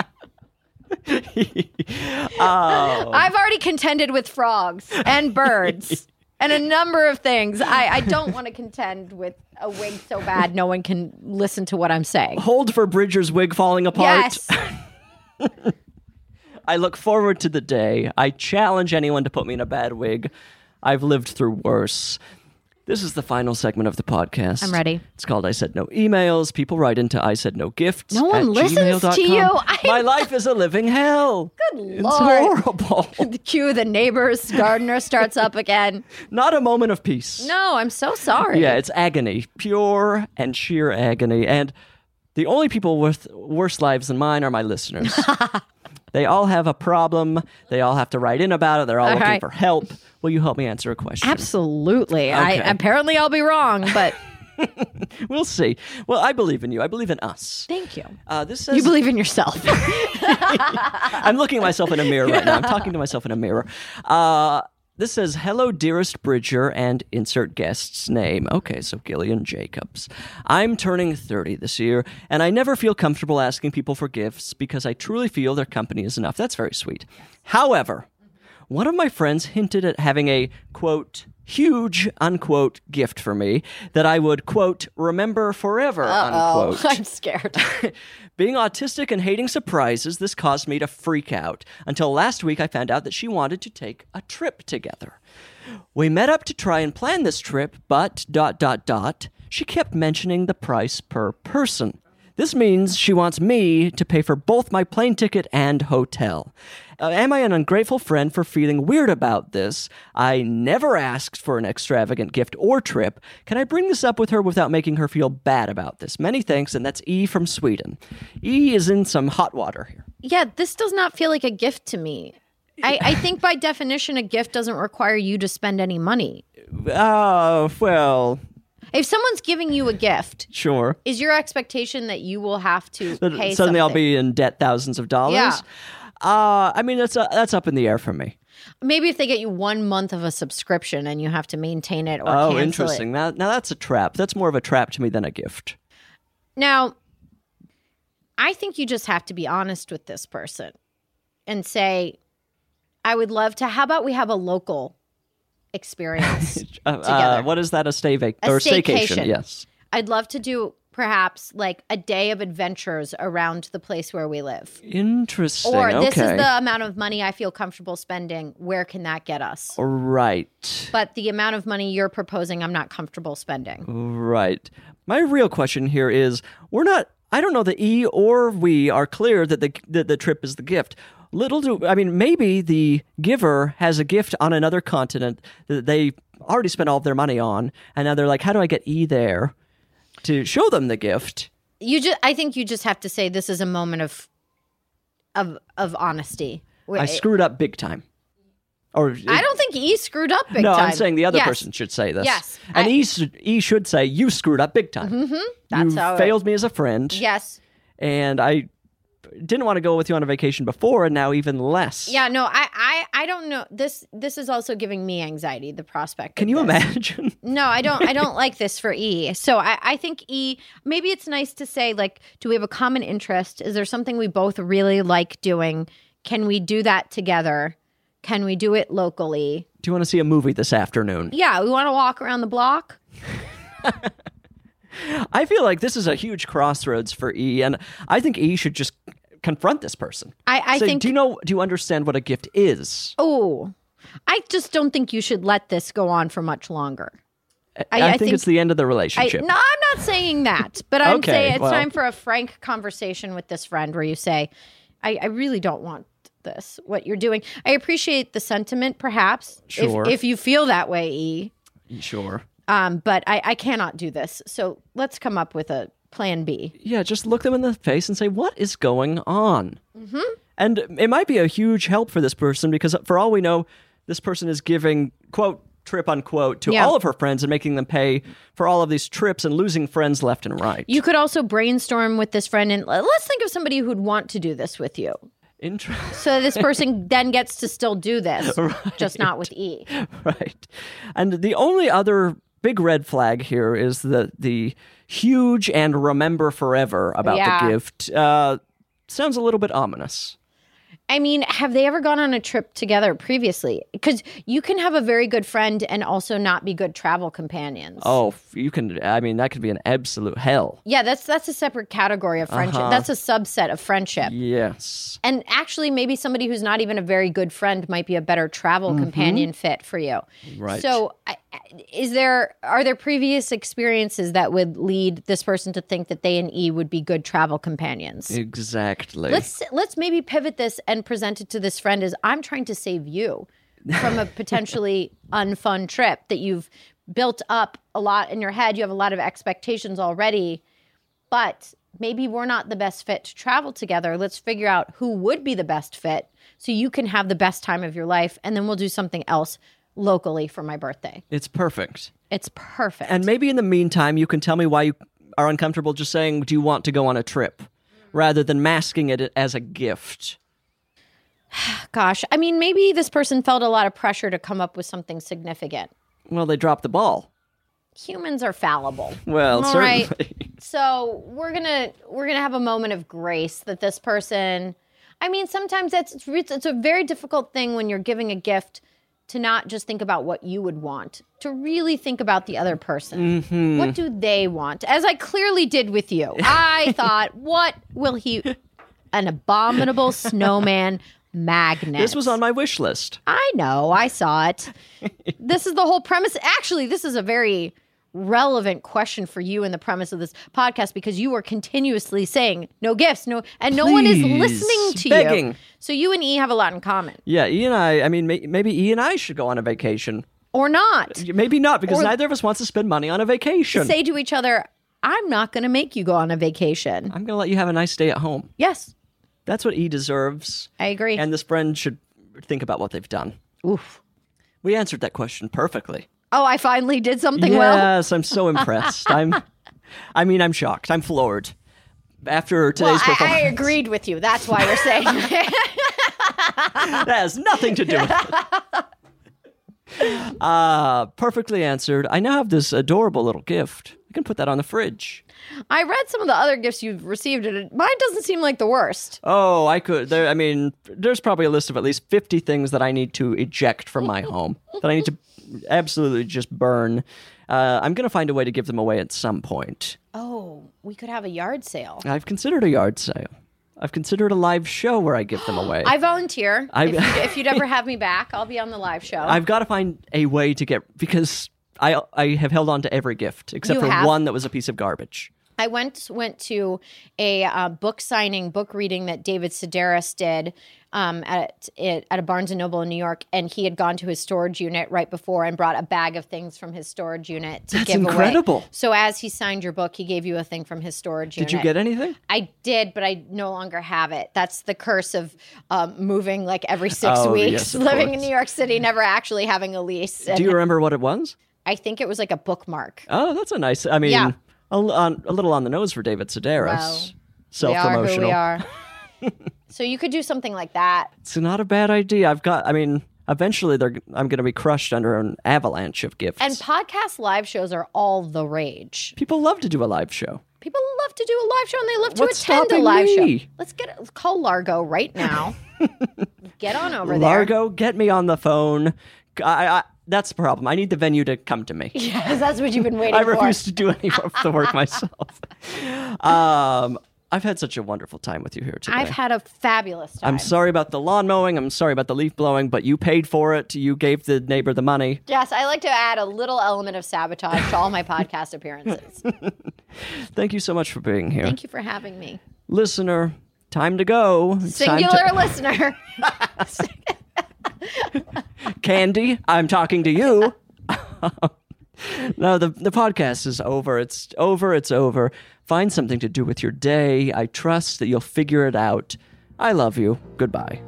Speaker 3: I've already contended with frogs and birds and a number of things. I, I don't want to contend with a wig so bad no one can listen to what I'm saying.
Speaker 2: Hold for Bridger's wig falling apart.
Speaker 3: Yes.
Speaker 2: I look forward to the day. I challenge anyone to put me in a bad wig. I've lived through worse. This is the final segment of the podcast.
Speaker 3: I'm ready.
Speaker 2: It's called I Said No Emails. People write into I Said No Gifts.
Speaker 3: No one
Speaker 2: at
Speaker 3: listens to
Speaker 2: gmail.com.
Speaker 3: you. I-
Speaker 2: My life is a living hell. Good it's
Speaker 3: Lord.
Speaker 2: horrible.
Speaker 3: Cue the neighbor's gardener starts up again.
Speaker 2: Not a moment of peace.
Speaker 3: No, I'm so sorry.
Speaker 2: Yeah, it's agony, pure and sheer agony. And the only people with worse lives than mine are my listeners. they all have a problem. They all have to write in about it. They're all,
Speaker 3: All
Speaker 2: looking
Speaker 3: right.
Speaker 2: for help. Will you help me answer a question?
Speaker 3: Absolutely. I
Speaker 2: Okay.
Speaker 3: apparently I'll be wrong, but
Speaker 2: We'll see. Well, I believe in you. I believe in us.
Speaker 3: thank you.
Speaker 2: Uh, this says,
Speaker 3: You believe in yourself.
Speaker 2: I'm looking at myself in a mirror right now. I'm talking to myself in a mirror. Uh, this says, Hello, dearest Bridger, and insert guest's name. Okay, so Gillian Jacobs. I'm turning 30 this year, and I never feel comfortable asking people for gifts because I truly feel their company is enough. That's very sweet. However, one of my friends hinted at having a quote, huge unquote gift for me that I would quote, remember forever unquote.
Speaker 3: I'm scared.
Speaker 2: Being autistic and hating surprises, this caused me to freak out until last week I found out that she wanted to take a trip together. We met up to try and plan this trip, but dot dot dot, she kept mentioning the price per person. This means she wants me to pay for both my plane ticket and hotel. Uh, am I an ungrateful friend for feeling weird about this? I never asked for an extravagant gift or trip. Can I bring this up with her without making her feel bad about this? Many thanks, and that's E from Sweden. E is in some hot water here.
Speaker 3: yeah, this does not feel like a gift to me. I, I think by definition, a gift doesn't require you to spend any money.
Speaker 2: Oh, well,
Speaker 3: If someone's giving you a gift,
Speaker 2: sure.
Speaker 3: is your expectation that you will have to
Speaker 2: But
Speaker 3: pay
Speaker 2: suddenly I'll be in debt thousands of dollars.
Speaker 3: Yeah.
Speaker 2: Uh, I mean, that's, uh, that's up in the air for me.
Speaker 3: Maybe if they get you one month of a subscription and you have to maintain it or
Speaker 2: Oh,
Speaker 3: cancel it.
Speaker 2: interesting. Now, now that's a trap. That's more of a trap to me than a gift.
Speaker 3: Now, I think you just have to be honest with this person and say, I would love to. How about we have a local experience?
Speaker 2: Uh, uh,
Speaker 3: Together.
Speaker 2: what is that? A stay vac-
Speaker 3: A
Speaker 2: or staycation?
Speaker 3: staycation.
Speaker 2: Yes.
Speaker 3: I'd love to do perhaps like a day of adventures around the place where we live.
Speaker 2: Interesting.
Speaker 3: Or
Speaker 2: okay.
Speaker 3: this is the amount of money I feel comfortable spending. Where can that get us?
Speaker 2: right.
Speaker 3: but the amount of money you're proposing, I'm not comfortable spending.
Speaker 2: Right. My real question here is: We're not. I don't know that E or we are clear that the that the trip is the gift. Little do I mean, maybe the giver has a gift on another continent that they already spent all of their money on, and now they're like, "How do I get E there to show them the gift?"
Speaker 3: You just, I think you just have to say this is a moment of, of, of honesty.
Speaker 2: I screwed up big time. Or
Speaker 3: I don't think E screwed up big
Speaker 2: no,
Speaker 3: time.
Speaker 2: I'm saying the other
Speaker 3: Yes.
Speaker 2: person should say this.
Speaker 3: Yes.
Speaker 2: and
Speaker 3: I-
Speaker 2: E should, E should say you screwed up big time. Mm-hmm.
Speaker 3: That's
Speaker 2: you
Speaker 3: how it-
Speaker 2: failed me as a friend,
Speaker 3: Yes.
Speaker 2: and I didn't want to go with you on a vacation before, and now even less.
Speaker 3: Yeah. No. I. I. I don't know. This. This is also giving me anxiety. The prospect. of
Speaker 2: Can you
Speaker 3: this.
Speaker 2: imagine?
Speaker 3: No, I don't. I don't like this for E. So I, I think E. Maybe it's nice to say like, do we have a common interest? Is there something we both really like doing? Can we do that together? Can we do it locally?
Speaker 2: Do you want to see a movie this afternoon?
Speaker 3: Yeah, we want to walk around the block.
Speaker 2: I feel like this is a huge crossroads for E, and I think E should just confront this person.
Speaker 3: I. I
Speaker 2: Say,
Speaker 3: think.
Speaker 2: Do you know? Do you understand what a gift is?
Speaker 3: oh, I just don't think you should let this go on for much longer.
Speaker 2: I, think, it's the end of the
Speaker 3: I,
Speaker 2: relationship.
Speaker 3: no, I'm not saying that, but I'm
Speaker 2: Okay,
Speaker 3: saying it's
Speaker 2: well.
Speaker 3: time for a frank conversation with this friend where you say, I, I really don't want this, what you're doing. I appreciate the sentiment, perhaps, if-
Speaker 2: Sure.
Speaker 3: if, you feel that way, E,
Speaker 2: Sure.
Speaker 3: um, but I, I cannot do this. So let's come up with a plan B.
Speaker 2: Yeah, just look them in the face and say, what is going on? Mm-hmm. And it might be a huge help for this person because, for all we know, this person is giving, quote, trip unquote, to
Speaker 3: Yeah.
Speaker 2: all of her friends and making them pay for all of these trips and losing friends left and right.
Speaker 3: You could also brainstorm with this friend and l- let's think of somebody who'd want to do this with you.
Speaker 2: Inter-
Speaker 3: So this person then gets to still do this, just not with E.
Speaker 2: right. And the only other big red flag here is the the huge and remember forever about
Speaker 3: Yeah.
Speaker 2: the gift. Uh, sounds a little bit ominous.
Speaker 3: I mean, have they ever gone on a trip together previously? Because you can have a very good friend and also not be good travel companions.
Speaker 2: Oh, you can. I mean, that could be an absolute hell.
Speaker 3: Yeah, that's that's a separate category of friendship.
Speaker 2: Uh-huh.
Speaker 3: That's a subset of friendship.
Speaker 2: Yes.
Speaker 3: And actually, maybe somebody who's not even a very good friend might be a better travel companion fit for you.
Speaker 2: Mm-hmm. Right.
Speaker 3: So, I- I- is there are there previous experiences that would lead this person to think that they and E would be good travel companions?
Speaker 2: Exactly.
Speaker 3: Let's let's maybe pivot this and present it to this friend as I'm trying to save you from a potentially unfun trip that you've built up a lot in your head. You have a lot of expectations already, but maybe we're not the best fit to travel together. Let's figure out who would be the best fit so you can have the best time of your life and then we'll do something else locally for my birthday.
Speaker 2: it's perfect.
Speaker 3: It's perfect.
Speaker 2: And maybe in the meantime, you can tell me why you are uncomfortable just saying, "Do you want to go on a trip?" rather than masking it as a gift.
Speaker 3: gosh, I mean maybe this person felt a lot of pressure to come up with something significant.
Speaker 2: Well, they dropped the ball.
Speaker 3: Humans are fallible.
Speaker 2: Well,
Speaker 3: All
Speaker 2: certainly.
Speaker 3: right. so we're gonna we're gonna have a moment of grace that this person i mean sometimes that's it's, re- it's a very difficult thing when you're giving a gift to not just think about what you would want to really think about the other person
Speaker 2: Mm-hmm.
Speaker 3: what do they want as i clearly did with you i thought what will he an abominable snowman magnet
Speaker 2: This was on my wish list.
Speaker 3: I know. I saw it. this is the whole premise. Actually, this is a very relevant question for you in the premise of this podcast because you are continuously saying no gifts, no, and no one is
Speaker 2: Please.
Speaker 3: listening to you.
Speaker 2: Begging.
Speaker 3: So you and E have a lot in common,
Speaker 2: Yeah, E and I. I mean, may- maybe E and I should go on a vacation.
Speaker 3: or not.
Speaker 2: Maybe not, because
Speaker 3: Or-
Speaker 2: neither of us wants to spend money on a vacation.
Speaker 3: Say to each other, "I'm not going to make you go on a vacation."
Speaker 2: I'm going to let you have a nice day at home.
Speaker 3: Yes,
Speaker 2: That's what E deserves.
Speaker 3: I agree.
Speaker 2: And this friend should think about what they've done.
Speaker 3: Oof.
Speaker 2: We answered that question perfectly.
Speaker 3: Oh, I finally did something well.
Speaker 2: yes, I'm so impressed. I'm, I mean, I'm shocked. I'm floored. After
Speaker 3: Well,
Speaker 2: today's
Speaker 3: I, I
Speaker 2: performance,
Speaker 3: agreed with you. That's why you're saying
Speaker 2: that has nothing to do with it. Uh, perfectly answered. I now have this adorable little gift. I can put that on the fridge.
Speaker 3: I read some of the other gifts you've received, and it- mine doesn't seem like the worst.
Speaker 2: Oh, I could. There, I mean, there's probably a list of at least 50 things that I need to eject from my home that I need to absolutely just burn. Uh, I'm going to find a way to give them away at some point.
Speaker 3: Oh, we could have a yard sale.
Speaker 2: I've considered a yard sale. I've considered a live show where I give them away.
Speaker 3: I volunteer.
Speaker 2: I-
Speaker 3: if, you'd, if you'd ever have me back, I'll be on the live show.
Speaker 2: I've got to find a way to get because I I have held on to every gift except
Speaker 3: You
Speaker 2: for
Speaker 3: have?
Speaker 2: one that was a piece of garbage.
Speaker 3: I went went to a uh, book signing, book reading that David Sedaris did um, at it, at a Barnes and Noble in New York, and he had gone to his storage unit right before and brought a bag of things from his storage unit to
Speaker 2: That's
Speaker 3: give
Speaker 2: incredible.
Speaker 3: away. So as he signed your book, he gave you a thing from his storage unit.
Speaker 2: Did you get anything?
Speaker 3: I did, but I no longer have it. That's the curse of um, moving like every six
Speaker 2: Oh,
Speaker 3: weeks,
Speaker 2: yes, of
Speaker 3: living in
Speaker 2: course.
Speaker 3: New York City, never actually having a lease. And
Speaker 2: Do you remember what it was?
Speaker 3: I think it was like a bookmark.
Speaker 2: Oh, that's a nice. I mean,
Speaker 3: Yeah.
Speaker 2: a, l- on, a little on the nose for David Sedaris.
Speaker 3: Wow. We
Speaker 2: Self
Speaker 3: are who
Speaker 2: promotional.
Speaker 3: we are. so you could do something like that.
Speaker 2: It's not a bad idea. I've got. I mean, eventually they're. I'm going to be crushed under an avalanche of gifts.
Speaker 3: And podcast live shows are all the rage.
Speaker 2: people love to do a live show.
Speaker 3: People love to do a live show and they love to
Speaker 2: What's
Speaker 3: attend a
Speaker 2: stopping
Speaker 3: live show.
Speaker 2: me?
Speaker 3: Let's get let's call Largo right now. get on over there.
Speaker 2: Largo, get me on the phone. I, I, that's the problem. I need the venue to come to me.
Speaker 3: Because that's what you've been waiting
Speaker 2: I
Speaker 3: for.
Speaker 2: refuse to do any of the work myself. Um, I've had such a wonderful time with you here today.
Speaker 3: I've had a fabulous time.
Speaker 2: I'm sorry about the lawn mowing. I'm sorry about the leaf blowing, but you paid for it. You gave the neighbor the money.
Speaker 3: Yes, I like to add a little element of sabotage to all my podcast appearances.
Speaker 2: Thank you so much for being here.
Speaker 3: Thank you for having me.
Speaker 2: Listener, time to go. It's time to-
Speaker 3: Singular listener.
Speaker 2: Candy, I'm talking to you. no, the, the podcast is over. It's over. It's over. Find something to do with your day. I trust that you'll figure it out. I love you. Goodbye.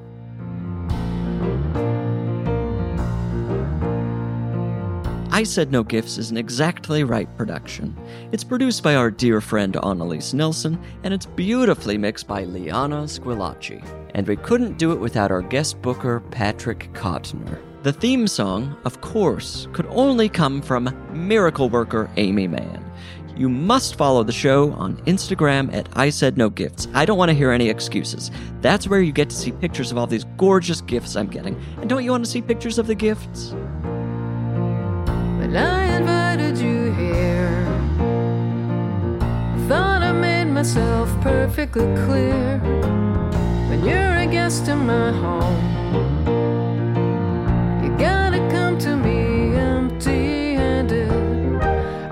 Speaker 2: I Said No Gifts is an exactly right production. It's produced by our dear friend Annalise Nilsson, and it's beautifully mixed by Liana Squillacci. And we couldn't do it without our guest booker, Patrick Kottner. The theme song, of course, could only come from miracle worker Amy Mann. You must follow the show on Instagram at I Said No Gifts. I don't want to hear any excuses. That's where you get to see pictures of all these gorgeous gifts I'm getting. And don't you want to see pictures of the gifts?
Speaker 1: But I invited you here. Thought I made myself perfectly clear. When you're a guest in my home, you gotta come to me empty handed.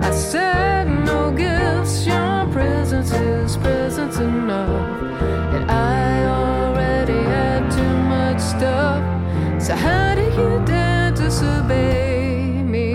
Speaker 1: I said no gifts, your presence is presence enough. And I already had too much stuff. So how do you dare disobey me?